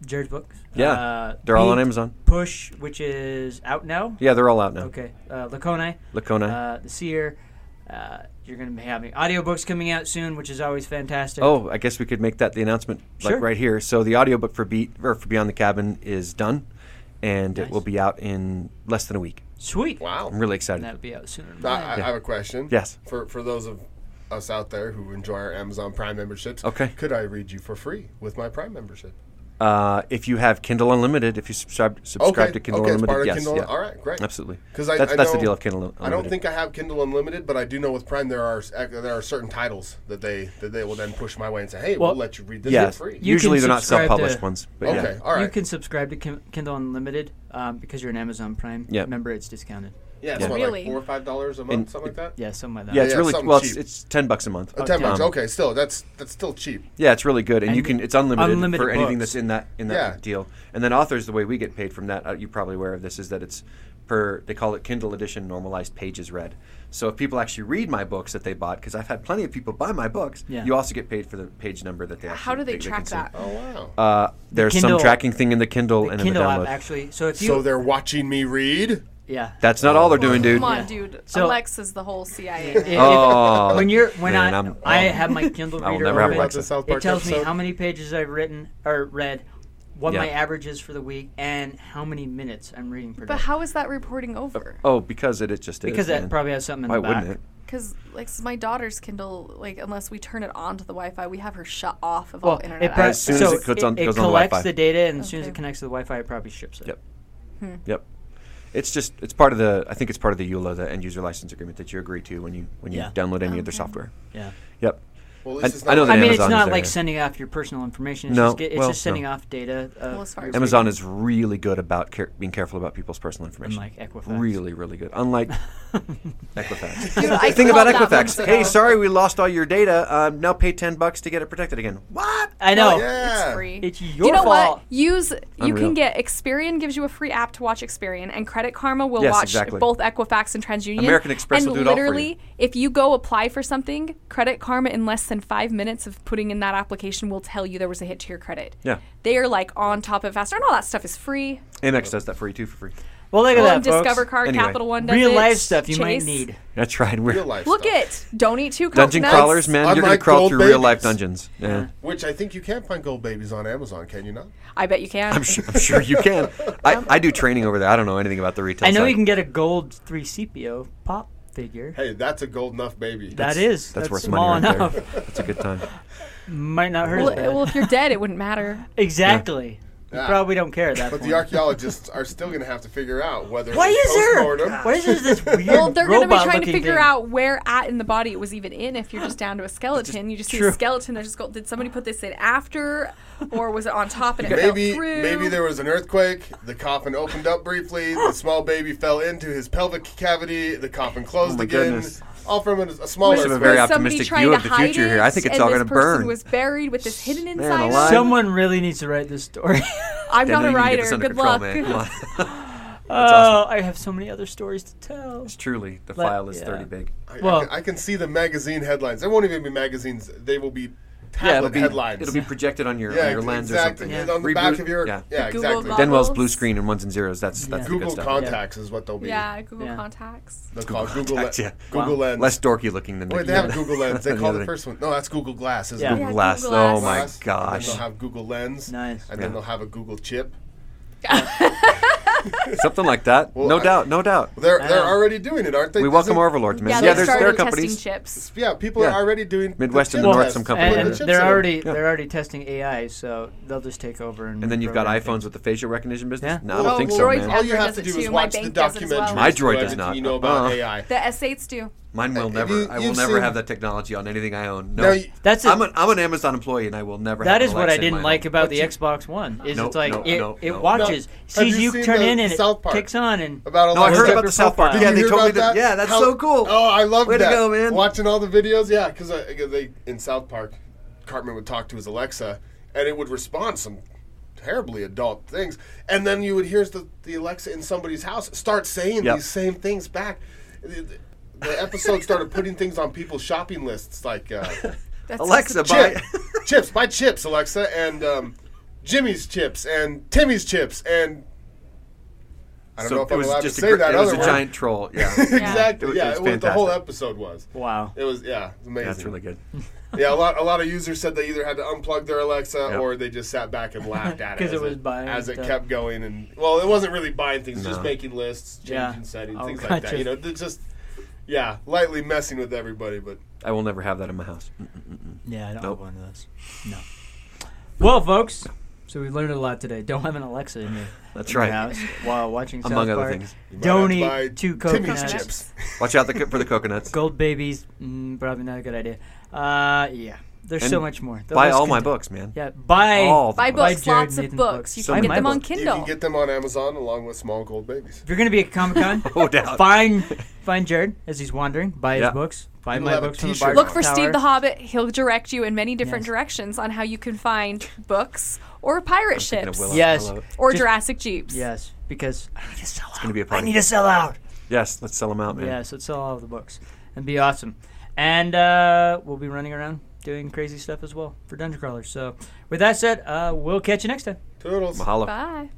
Speaker 4: Jared's books.
Speaker 7: Yeah, they're all on
Speaker 4: Beat,
Speaker 7: Amazon.
Speaker 4: Push, which is out now.
Speaker 7: Yeah, they're all out now.
Speaker 4: Okay. Uh, Lacone.
Speaker 7: Lacone.
Speaker 4: Uh, the Seer. Uh, you're going to be having audiobooks coming out soon, which is always fantastic.
Speaker 7: Oh, I guess we could make that the announcement
Speaker 4: Sure.
Speaker 7: like right here. So the audiobook for Beat or for Beyond the Cabin is done, and it will be out in less than a week.
Speaker 4: Sweet.
Speaker 5: Wow.
Speaker 7: I'm really excited.
Speaker 4: That'll be out sooner. than
Speaker 7: Uh,
Speaker 5: I,
Speaker 4: later.
Speaker 5: I I have a question.
Speaker 7: Yes.
Speaker 5: For for those of us out there who enjoy our Amazon Prime memberships,
Speaker 7: Okay.
Speaker 5: could I read you for free with my Prime membership?
Speaker 7: Uh, if you have Kindle Unlimited, if you subscribe subscribe
Speaker 5: Okay,
Speaker 7: to Kindle
Speaker 5: okay, it's
Speaker 7: Unlimited,
Speaker 5: part of
Speaker 7: yes,
Speaker 5: Kindle-
Speaker 7: yeah.
Speaker 5: all right, great.
Speaker 7: absolutely.
Speaker 5: Because I,
Speaker 7: that's,
Speaker 5: I
Speaker 7: that's the
Speaker 5: know-
Speaker 7: deal of Kindle Unlimited.
Speaker 5: I don't think I have Kindle Unlimited, but I do know with Prime there are s- ac- there are certain titles that they that they will then push my way and say, hey, we'll,
Speaker 4: Well,
Speaker 5: let you read this
Speaker 7: yes.
Speaker 5: for free.
Speaker 7: You- Usually they're not
Speaker 4: subscribe
Speaker 7: self-published ones, but yeah.
Speaker 5: Okay, all
Speaker 4: You
Speaker 5: right.
Speaker 4: can subscribe to Kim- Kindle Unlimited um, because you're an Amazon Prime
Speaker 7: Yeah.
Speaker 4: member. It's discounted.
Speaker 5: yeah, it's
Speaker 7: Yeah.
Speaker 5: what,
Speaker 6: Really?
Speaker 5: like four or five dollars a month,
Speaker 7: And
Speaker 5: something like that.
Speaker 4: Yeah, something like that.
Speaker 7: yeah, it's
Speaker 5: yeah,
Speaker 7: really
Speaker 5: something
Speaker 7: well, it's,
Speaker 5: cheap.
Speaker 7: it's ten bucks a month.
Speaker 5: Uh, Ten bucks.
Speaker 7: Um,
Speaker 5: Okay, still that's that's still cheap.
Speaker 7: Yeah, it's really good, and, you
Speaker 4: And
Speaker 7: can it's unlimited,
Speaker 4: unlimited
Speaker 7: for anything
Speaker 4: books.
Speaker 7: that's in that in that
Speaker 5: Yeah.
Speaker 7: deal. And then authors, the way we get paid from that, uh, you're probably aware of this, is that it's per they call it Kindle edition normalized pages read. So if people actually read my books that they bought, because I've had plenty of people buy my books,
Speaker 4: Yeah.
Speaker 7: you also get paid for the page number that they. Actually,
Speaker 6: How do they track
Speaker 7: consume.
Speaker 6: that?
Speaker 5: Oh wow.
Speaker 7: Uh, there's
Speaker 4: Kindle-
Speaker 7: some tracking thing in the Kindle
Speaker 4: The
Speaker 7: and
Speaker 4: Kindle
Speaker 7: in the
Speaker 4: app
Speaker 7: download.
Speaker 4: actually. So if you
Speaker 5: so they're watching me read.
Speaker 4: yeah.
Speaker 7: That's not all they're doing, dude.
Speaker 6: Come on, dude.
Speaker 4: So-
Speaker 6: Alexa's the whole CIA.
Speaker 4: If-
Speaker 6: man.
Speaker 7: Oh,
Speaker 4: when you're when
Speaker 7: man,
Speaker 4: I
Speaker 7: I'm-
Speaker 4: I have my Kindle
Speaker 7: I will
Speaker 4: reader
Speaker 7: never have
Speaker 4: open,
Speaker 7: Alexa.
Speaker 5: South
Speaker 4: it
Speaker 5: Park
Speaker 4: tells me
Speaker 5: episode.
Speaker 4: how many pages I've written or read, what my
Speaker 7: Yeah.
Speaker 4: average is for the week, and how many minutes I'm reading per
Speaker 6: But
Speaker 4: day.
Speaker 6: how is that reporting over?
Speaker 7: Oh, because it, it just is.
Speaker 4: Because that
Speaker 7: man.
Speaker 4: probably has something in
Speaker 7: Why
Speaker 4: the back.
Speaker 7: wouldn't it?
Speaker 6: Because like my daughter's Kindle, like unless we turn it on to the Wi-Fi, we have her shut off of all
Speaker 4: Well,
Speaker 6: internet.
Speaker 4: it pro-
Speaker 7: As soon as
Speaker 4: so
Speaker 7: it goes on-
Speaker 4: it
Speaker 7: goes on the
Speaker 4: collects
Speaker 7: Wi-Fi.
Speaker 4: the data, and as soon as it
Speaker 6: Okay.
Speaker 4: connects to the Wi-Fi, it probably ships it.
Speaker 7: Yep. Yep. It's just it's part of the I think it's part of the E EULA, the end user license agreement that you agree to when you when you
Speaker 4: Yeah.
Speaker 7: download
Speaker 6: Oh,
Speaker 7: any other software.
Speaker 4: Yeah.
Speaker 7: Yep.
Speaker 5: Well, at
Speaker 7: I,
Speaker 5: least it's
Speaker 7: I
Speaker 5: not
Speaker 7: know
Speaker 5: like-
Speaker 7: that
Speaker 4: I mean,
Speaker 7: Amazon
Speaker 4: it's
Speaker 7: is
Speaker 4: not
Speaker 7: there,
Speaker 4: like
Speaker 7: yeah.
Speaker 4: sending off your personal information. It's
Speaker 7: No,
Speaker 4: just, ge- it's
Speaker 7: well,
Speaker 4: just sending
Speaker 7: no.
Speaker 4: off data. Of
Speaker 6: Well, as far as we
Speaker 7: Amazon is really good about care, being careful about people's personal information.
Speaker 4: Unlike Equifax.
Speaker 7: Really, really good. Unlike Equifax.
Speaker 6: Dude, I
Speaker 7: Think about
Speaker 6: called that months
Speaker 7: Equifax. Hey,
Speaker 6: ago.
Speaker 7: sorry, we lost all your data. Um, now pay ten bucks to get it protected again. What?
Speaker 4: I know.
Speaker 6: It's
Speaker 5: Yeah.
Speaker 6: free.
Speaker 4: It's
Speaker 6: Do
Speaker 4: your
Speaker 6: you know
Speaker 4: fault.
Speaker 6: what? Use you
Speaker 7: Unreal.
Speaker 6: can get Experian gives you a free app to watch Experian, and Credit Karma will
Speaker 7: Yes,
Speaker 6: watch
Speaker 7: exactly.
Speaker 6: both Equifax and TransUnion.
Speaker 7: American Express
Speaker 6: and
Speaker 7: will do it all for you.
Speaker 6: literally, if you go apply for something, Credit Karma in less than five minutes of putting in that application will tell you there was a hit to your credit.
Speaker 7: Yeah.
Speaker 6: they are like on top of it faster, and all that stuff is free.
Speaker 7: Amex does that for you too for free.
Speaker 4: Well, look at
Speaker 6: Well,
Speaker 4: that,
Speaker 6: and Discover
Speaker 4: folks.
Speaker 6: card,
Speaker 7: Anyway.
Speaker 6: Capital One does
Speaker 4: Real
Speaker 6: it,
Speaker 4: life stuff you might
Speaker 6: Chase.
Speaker 4: need.
Speaker 7: That's right. We're
Speaker 5: Real life
Speaker 6: Look
Speaker 5: stuff,
Speaker 6: it. Don't eat two
Speaker 7: dungeon
Speaker 6: coconuts.
Speaker 7: crawlers, man. You're gonna
Speaker 5: Unlike
Speaker 7: crawl
Speaker 5: gold
Speaker 7: through real life
Speaker 5: babies.
Speaker 7: dungeons. Yeah.
Speaker 5: Which I think you can find gold babies on Amazon, can you not?
Speaker 6: I bet you can.
Speaker 7: I'm sure, I'm sure you can.
Speaker 6: Um,
Speaker 7: I, I do training over there. I don't know anything about the retail.
Speaker 4: I know
Speaker 7: side.
Speaker 4: you can get a gold 3CPO pop figure.
Speaker 5: Hey, that's a gold enough baby.
Speaker 4: That is.
Speaker 7: That's, worth
Speaker 4: small
Speaker 7: money right
Speaker 4: enough.
Speaker 7: there. That's a good time.
Speaker 4: Might not hurt
Speaker 6: well,
Speaker 4: as bad.
Speaker 6: well, if you're dead, it wouldn't matter.
Speaker 4: Exactly. You
Speaker 5: Yeah.
Speaker 4: probably don't care at that
Speaker 5: But
Speaker 4: point.
Speaker 5: the archaeologists are still going to have to figure out whether
Speaker 4: Why
Speaker 5: it was
Speaker 4: is there?
Speaker 5: postmortem.
Speaker 4: Why is there this weird
Speaker 6: Well, they're going to be
Speaker 4: robot
Speaker 6: trying to
Speaker 4: looking
Speaker 6: figure
Speaker 4: thing?
Speaker 6: out where at in the body it was even in. If you're just down to a skeleton, you just see
Speaker 4: True.
Speaker 6: a skeleton. There's just go, did somebody put this in after, or was it on top and it fell
Speaker 5: Maybe
Speaker 6: through?
Speaker 5: maybe there was an earthquake. The coffin opened up briefly. The small baby fell into his pelvic cavity. The coffin closed
Speaker 7: Oh my
Speaker 5: again.
Speaker 7: goodness.
Speaker 5: All from a, a small
Speaker 7: Must have been
Speaker 5: earthquake.
Speaker 7: very
Speaker 6: was somebody
Speaker 7: optimistic
Speaker 6: trying
Speaker 7: view
Speaker 6: to
Speaker 7: of the
Speaker 6: hide
Speaker 7: future here. I think
Speaker 6: it,
Speaker 7: it's all
Speaker 6: and
Speaker 7: gonna
Speaker 6: this person
Speaker 7: burn.
Speaker 6: Was buried with this hidden
Speaker 7: Man
Speaker 6: inside.
Speaker 7: alive.
Speaker 6: of it.
Speaker 4: Someone really needs to write this story.
Speaker 6: I'm
Speaker 7: Then
Speaker 6: not a
Speaker 7: we need to get this
Speaker 6: writer.
Speaker 7: under
Speaker 6: Good
Speaker 7: control,
Speaker 6: luck.
Speaker 7: man. Come on.
Speaker 4: Oh, I have so many other stories to tell.
Speaker 7: It's truly the
Speaker 4: Let-
Speaker 7: file is
Speaker 4: yeah.
Speaker 7: thirty big.
Speaker 5: I- I
Speaker 4: well-
Speaker 5: can- I can see the magazine headlines. They won't even be magazines. They will be tablet
Speaker 7: Yeah, it'll be
Speaker 5: headlines.
Speaker 7: it'll be projected on your
Speaker 5: yeah,
Speaker 7: on your lens
Speaker 5: exactly.
Speaker 7: or something.
Speaker 5: And on the back
Speaker 7: Reboot,
Speaker 5: of your
Speaker 7: yeah.
Speaker 5: yeah,
Speaker 6: Google
Speaker 5: exactly.
Speaker 6: Doc.
Speaker 7: Denwell's blue
Speaker 6: Bubbles.
Speaker 7: screen and ones and zeros. That's that's the
Speaker 5: Google
Speaker 7: good stuff.
Speaker 5: contacts is what they'll be.
Speaker 6: Yeah, Google
Speaker 4: Yeah.
Speaker 6: contacts.
Speaker 5: They'll call it Google
Speaker 7: contacts,
Speaker 5: Lens.
Speaker 7: yeah.
Speaker 5: Google Lens.
Speaker 7: Less dorky looking than the,
Speaker 5: Wait, they have a Google Lens. They
Speaker 7: the
Speaker 5: call the
Speaker 7: other thing.
Speaker 5: first one. No, that's Google Glass. Isn't
Speaker 4: Yeah.
Speaker 5: it?
Speaker 6: Yeah,
Speaker 7: Glass.
Speaker 6: Google
Speaker 7: Oh
Speaker 6: Glass.
Speaker 7: my
Speaker 5: Glass, And then
Speaker 7: gosh!
Speaker 5: they'll have Google Lens.
Speaker 4: Nice.
Speaker 5: And
Speaker 7: Yeah.
Speaker 5: then they'll have a Google chip.
Speaker 7: Something like that.
Speaker 5: Well,
Speaker 7: no
Speaker 5: I-
Speaker 7: dought. No doubt.
Speaker 5: They're
Speaker 4: I
Speaker 5: they're
Speaker 4: know.
Speaker 5: already doing it, aren't they?
Speaker 7: We welcome
Speaker 5: Doesn't-
Speaker 7: Overlord to
Speaker 6: Yeah,
Speaker 7: Minnesota.
Speaker 6: they
Speaker 7: Yeah, there's, there are
Speaker 6: started
Speaker 7: companies.
Speaker 6: testing chips.
Speaker 5: Yeah, people
Speaker 7: Yeah.
Speaker 5: are already doing the
Speaker 7: Midwest and
Speaker 5: chip
Speaker 7: North,
Speaker 5: test.
Speaker 7: some
Speaker 5: Put
Speaker 7: companies
Speaker 5: the
Speaker 7: do
Speaker 4: And
Speaker 7: that.
Speaker 5: chips
Speaker 4: they're
Speaker 5: in.
Speaker 4: already
Speaker 7: Yeah.
Speaker 4: they're already testing AI, so they'll just take over and.
Speaker 7: And then you've got
Speaker 4: program
Speaker 7: iPhones
Speaker 4: things.
Speaker 7: with the facial recognition business.
Speaker 4: Yeah.
Speaker 7: No, I don't
Speaker 5: Well,
Speaker 7: think so,
Speaker 5: Droid's
Speaker 7: man.
Speaker 5: All you
Speaker 6: Everyone
Speaker 5: have to
Speaker 6: does it
Speaker 5: do is
Speaker 6: too. My
Speaker 5: watch the
Speaker 6: bank does as well.
Speaker 5: documentary.
Speaker 7: My droid does not.
Speaker 5: You know about
Speaker 7: Uh-uh.
Speaker 5: AI.
Speaker 6: The S8s do.
Speaker 7: Mine will never.
Speaker 5: you-
Speaker 7: I will
Speaker 5: you've
Speaker 7: never
Speaker 5: seen-
Speaker 7: have that technology on anything I own. No,
Speaker 5: Now you-
Speaker 4: That's it.
Speaker 7: I'm an I'm an Amazon employee, and I will never.
Speaker 4: That
Speaker 7: have an
Speaker 4: is what
Speaker 7: Alexa
Speaker 4: I
Speaker 7: in my
Speaker 4: didn't like
Speaker 7: home.
Speaker 4: about the Xbox One. Is
Speaker 7: Nope,
Speaker 4: it's like
Speaker 7: nope,
Speaker 4: it,
Speaker 7: nope,
Speaker 4: it
Speaker 7: nope.
Speaker 4: watches,
Speaker 5: Have
Speaker 4: sees
Speaker 5: you
Speaker 4: you,
Speaker 5: seen
Speaker 4: turn
Speaker 5: the
Speaker 4: in, and
Speaker 5: South
Speaker 4: it
Speaker 5: Park?
Speaker 4: kicks on and.
Speaker 5: About
Speaker 7: No, I
Speaker 5: Alaska
Speaker 7: heard
Speaker 4: Except
Speaker 7: about the
Speaker 4: for
Speaker 7: South Park.
Speaker 4: profile.
Speaker 7: Yeah,
Speaker 5: Did
Speaker 7: they
Speaker 5: you
Speaker 7: told me
Speaker 5: hear about
Speaker 7: that. Yeah, that's
Speaker 5: How-
Speaker 7: so cool.
Speaker 5: Oh, I love
Speaker 7: Way
Speaker 5: that.
Speaker 7: to go, man.
Speaker 5: Watching all the videos, yeah, because they in South Park, Cartman would talk to his Alexa, and it would respond some terribly adult things, and then you would hear the, the Alexa in somebody's house start saying
Speaker 7: Yep.
Speaker 5: these same things back. The, the- the episode started putting things on people's shopping lists, like uh,
Speaker 6: That's
Speaker 7: Alexa,
Speaker 6: awesome.
Speaker 7: buy.
Speaker 5: chip, chips, buy chips, Alexa, and um, Jimmy's chips, and Timmy's chips, and I don't know if
Speaker 7: it
Speaker 5: I'm
Speaker 7: was
Speaker 5: allowed
Speaker 7: just
Speaker 5: to
Speaker 7: a
Speaker 5: say
Speaker 7: gr-
Speaker 5: that
Speaker 7: It was
Speaker 5: other
Speaker 7: a
Speaker 5: word.
Speaker 7: giant troll. Yeah,
Speaker 5: exactly.
Speaker 7: It was-
Speaker 5: yeah,
Speaker 7: it was
Speaker 5: it was the whole
Speaker 7: fantastic.
Speaker 5: episode was.
Speaker 4: Wow.
Speaker 5: It was yeah, it was amazing.
Speaker 7: that's really good.
Speaker 5: Yeah, a lot a lot of users said they either had to unplug their Alexa
Speaker 7: Yep.
Speaker 5: or they just sat back and laughed at it
Speaker 4: 'Cause it
Speaker 5: as
Speaker 4: was buying
Speaker 5: as it
Speaker 4: stuff.
Speaker 5: kept going and well, it wasn't really buying things, just
Speaker 7: No.
Speaker 5: making lists, changing
Speaker 4: Yeah.
Speaker 5: settings,
Speaker 4: Oh,
Speaker 5: things like
Speaker 4: gotcha.
Speaker 5: that. You know, they're just yeah, lightly messing with everybody, but
Speaker 7: I will never have that in my house.
Speaker 4: Yeah, I don't have
Speaker 7: Nope.
Speaker 4: one of those. No. Well, folks, so we learned a lot today. Don't have an Alexa in your,
Speaker 7: That's
Speaker 4: in your
Speaker 7: right.
Speaker 4: house while watching South
Speaker 7: Among other
Speaker 4: Park.
Speaker 7: things.
Speaker 4: Don't
Speaker 5: You might have to buy
Speaker 4: eat two
Speaker 5: Timmy's
Speaker 4: coconuts.
Speaker 5: chips.
Speaker 7: Watch out the, co- for the coconuts.
Speaker 4: Gold babies, mm, probably not a good idea. Uh, yeah, there's so
Speaker 7: And
Speaker 4: much more. The
Speaker 7: Buy
Speaker 4: list
Speaker 7: all my
Speaker 4: could-
Speaker 7: books, man.
Speaker 4: Yeah, buy
Speaker 7: All the
Speaker 6: Buy
Speaker 7: books.
Speaker 6: books,
Speaker 4: Jared
Speaker 6: lots of
Speaker 4: Nathan's
Speaker 6: books.
Speaker 4: books.
Speaker 6: You
Speaker 7: So
Speaker 6: can
Speaker 7: many
Speaker 6: get them on
Speaker 7: books.
Speaker 5: You
Speaker 6: Kindle.
Speaker 5: can get them on Amazon along with small gold babies.
Speaker 4: If you're gonna be at Comic Con,
Speaker 7: No doubt.
Speaker 4: find find Jared as he's wandering. Buy
Speaker 7: Yeah.
Speaker 4: his books. Buy
Speaker 5: You'll
Speaker 4: my
Speaker 5: have a
Speaker 4: books from the
Speaker 5: t-shirt
Speaker 4: bar.
Speaker 5: on.
Speaker 6: Look for
Speaker 4: Tower.
Speaker 6: Steve the Hobbit. He'll direct you in many different
Speaker 4: Yes.
Speaker 6: directions on how you can find books or pirate
Speaker 7: thinking of
Speaker 6: ships
Speaker 7: Willow.
Speaker 4: Yes,
Speaker 6: or
Speaker 4: Just-
Speaker 6: Jurassic Jeeps.
Speaker 4: Yes, because I need to sell out.
Speaker 7: gonna be a
Speaker 4: I
Speaker 7: party.
Speaker 4: need to sell out.
Speaker 7: Yes, let's sell them out, man.
Speaker 4: Yes, let's sell all of the books and be awesome. And uh, we'll be running around doing crazy stuff as well for Dungeon Crawlers. So, with that said, uh, we'll catch you next time.
Speaker 5: Toodles.
Speaker 7: Mahalo.
Speaker 6: Bye.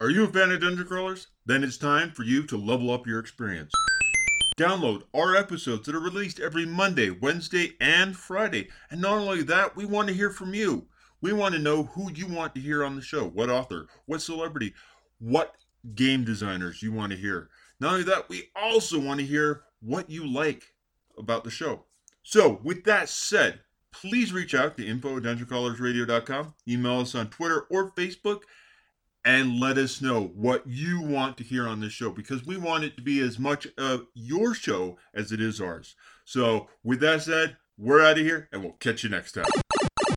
Speaker 9: Are you a fan of Dungeon Crawlers? Then it's time for you to level up your experience. Download our episodes that are released every Monday, Wednesday, and Friday. And not only that, we want to hear from you. We want to know who you want to hear on the show, what author, what celebrity, what game designers you want to hear. Not only that, we also want to hear what you like about the show. So, with that said, please reach out to info at dungeoncrawlersradio.com, email us on Twitter or Facebook, and let us know what you want to hear on this show because we want it to be as much of your show as it is ours. So, with that said, we're out of here and we'll catch you next time.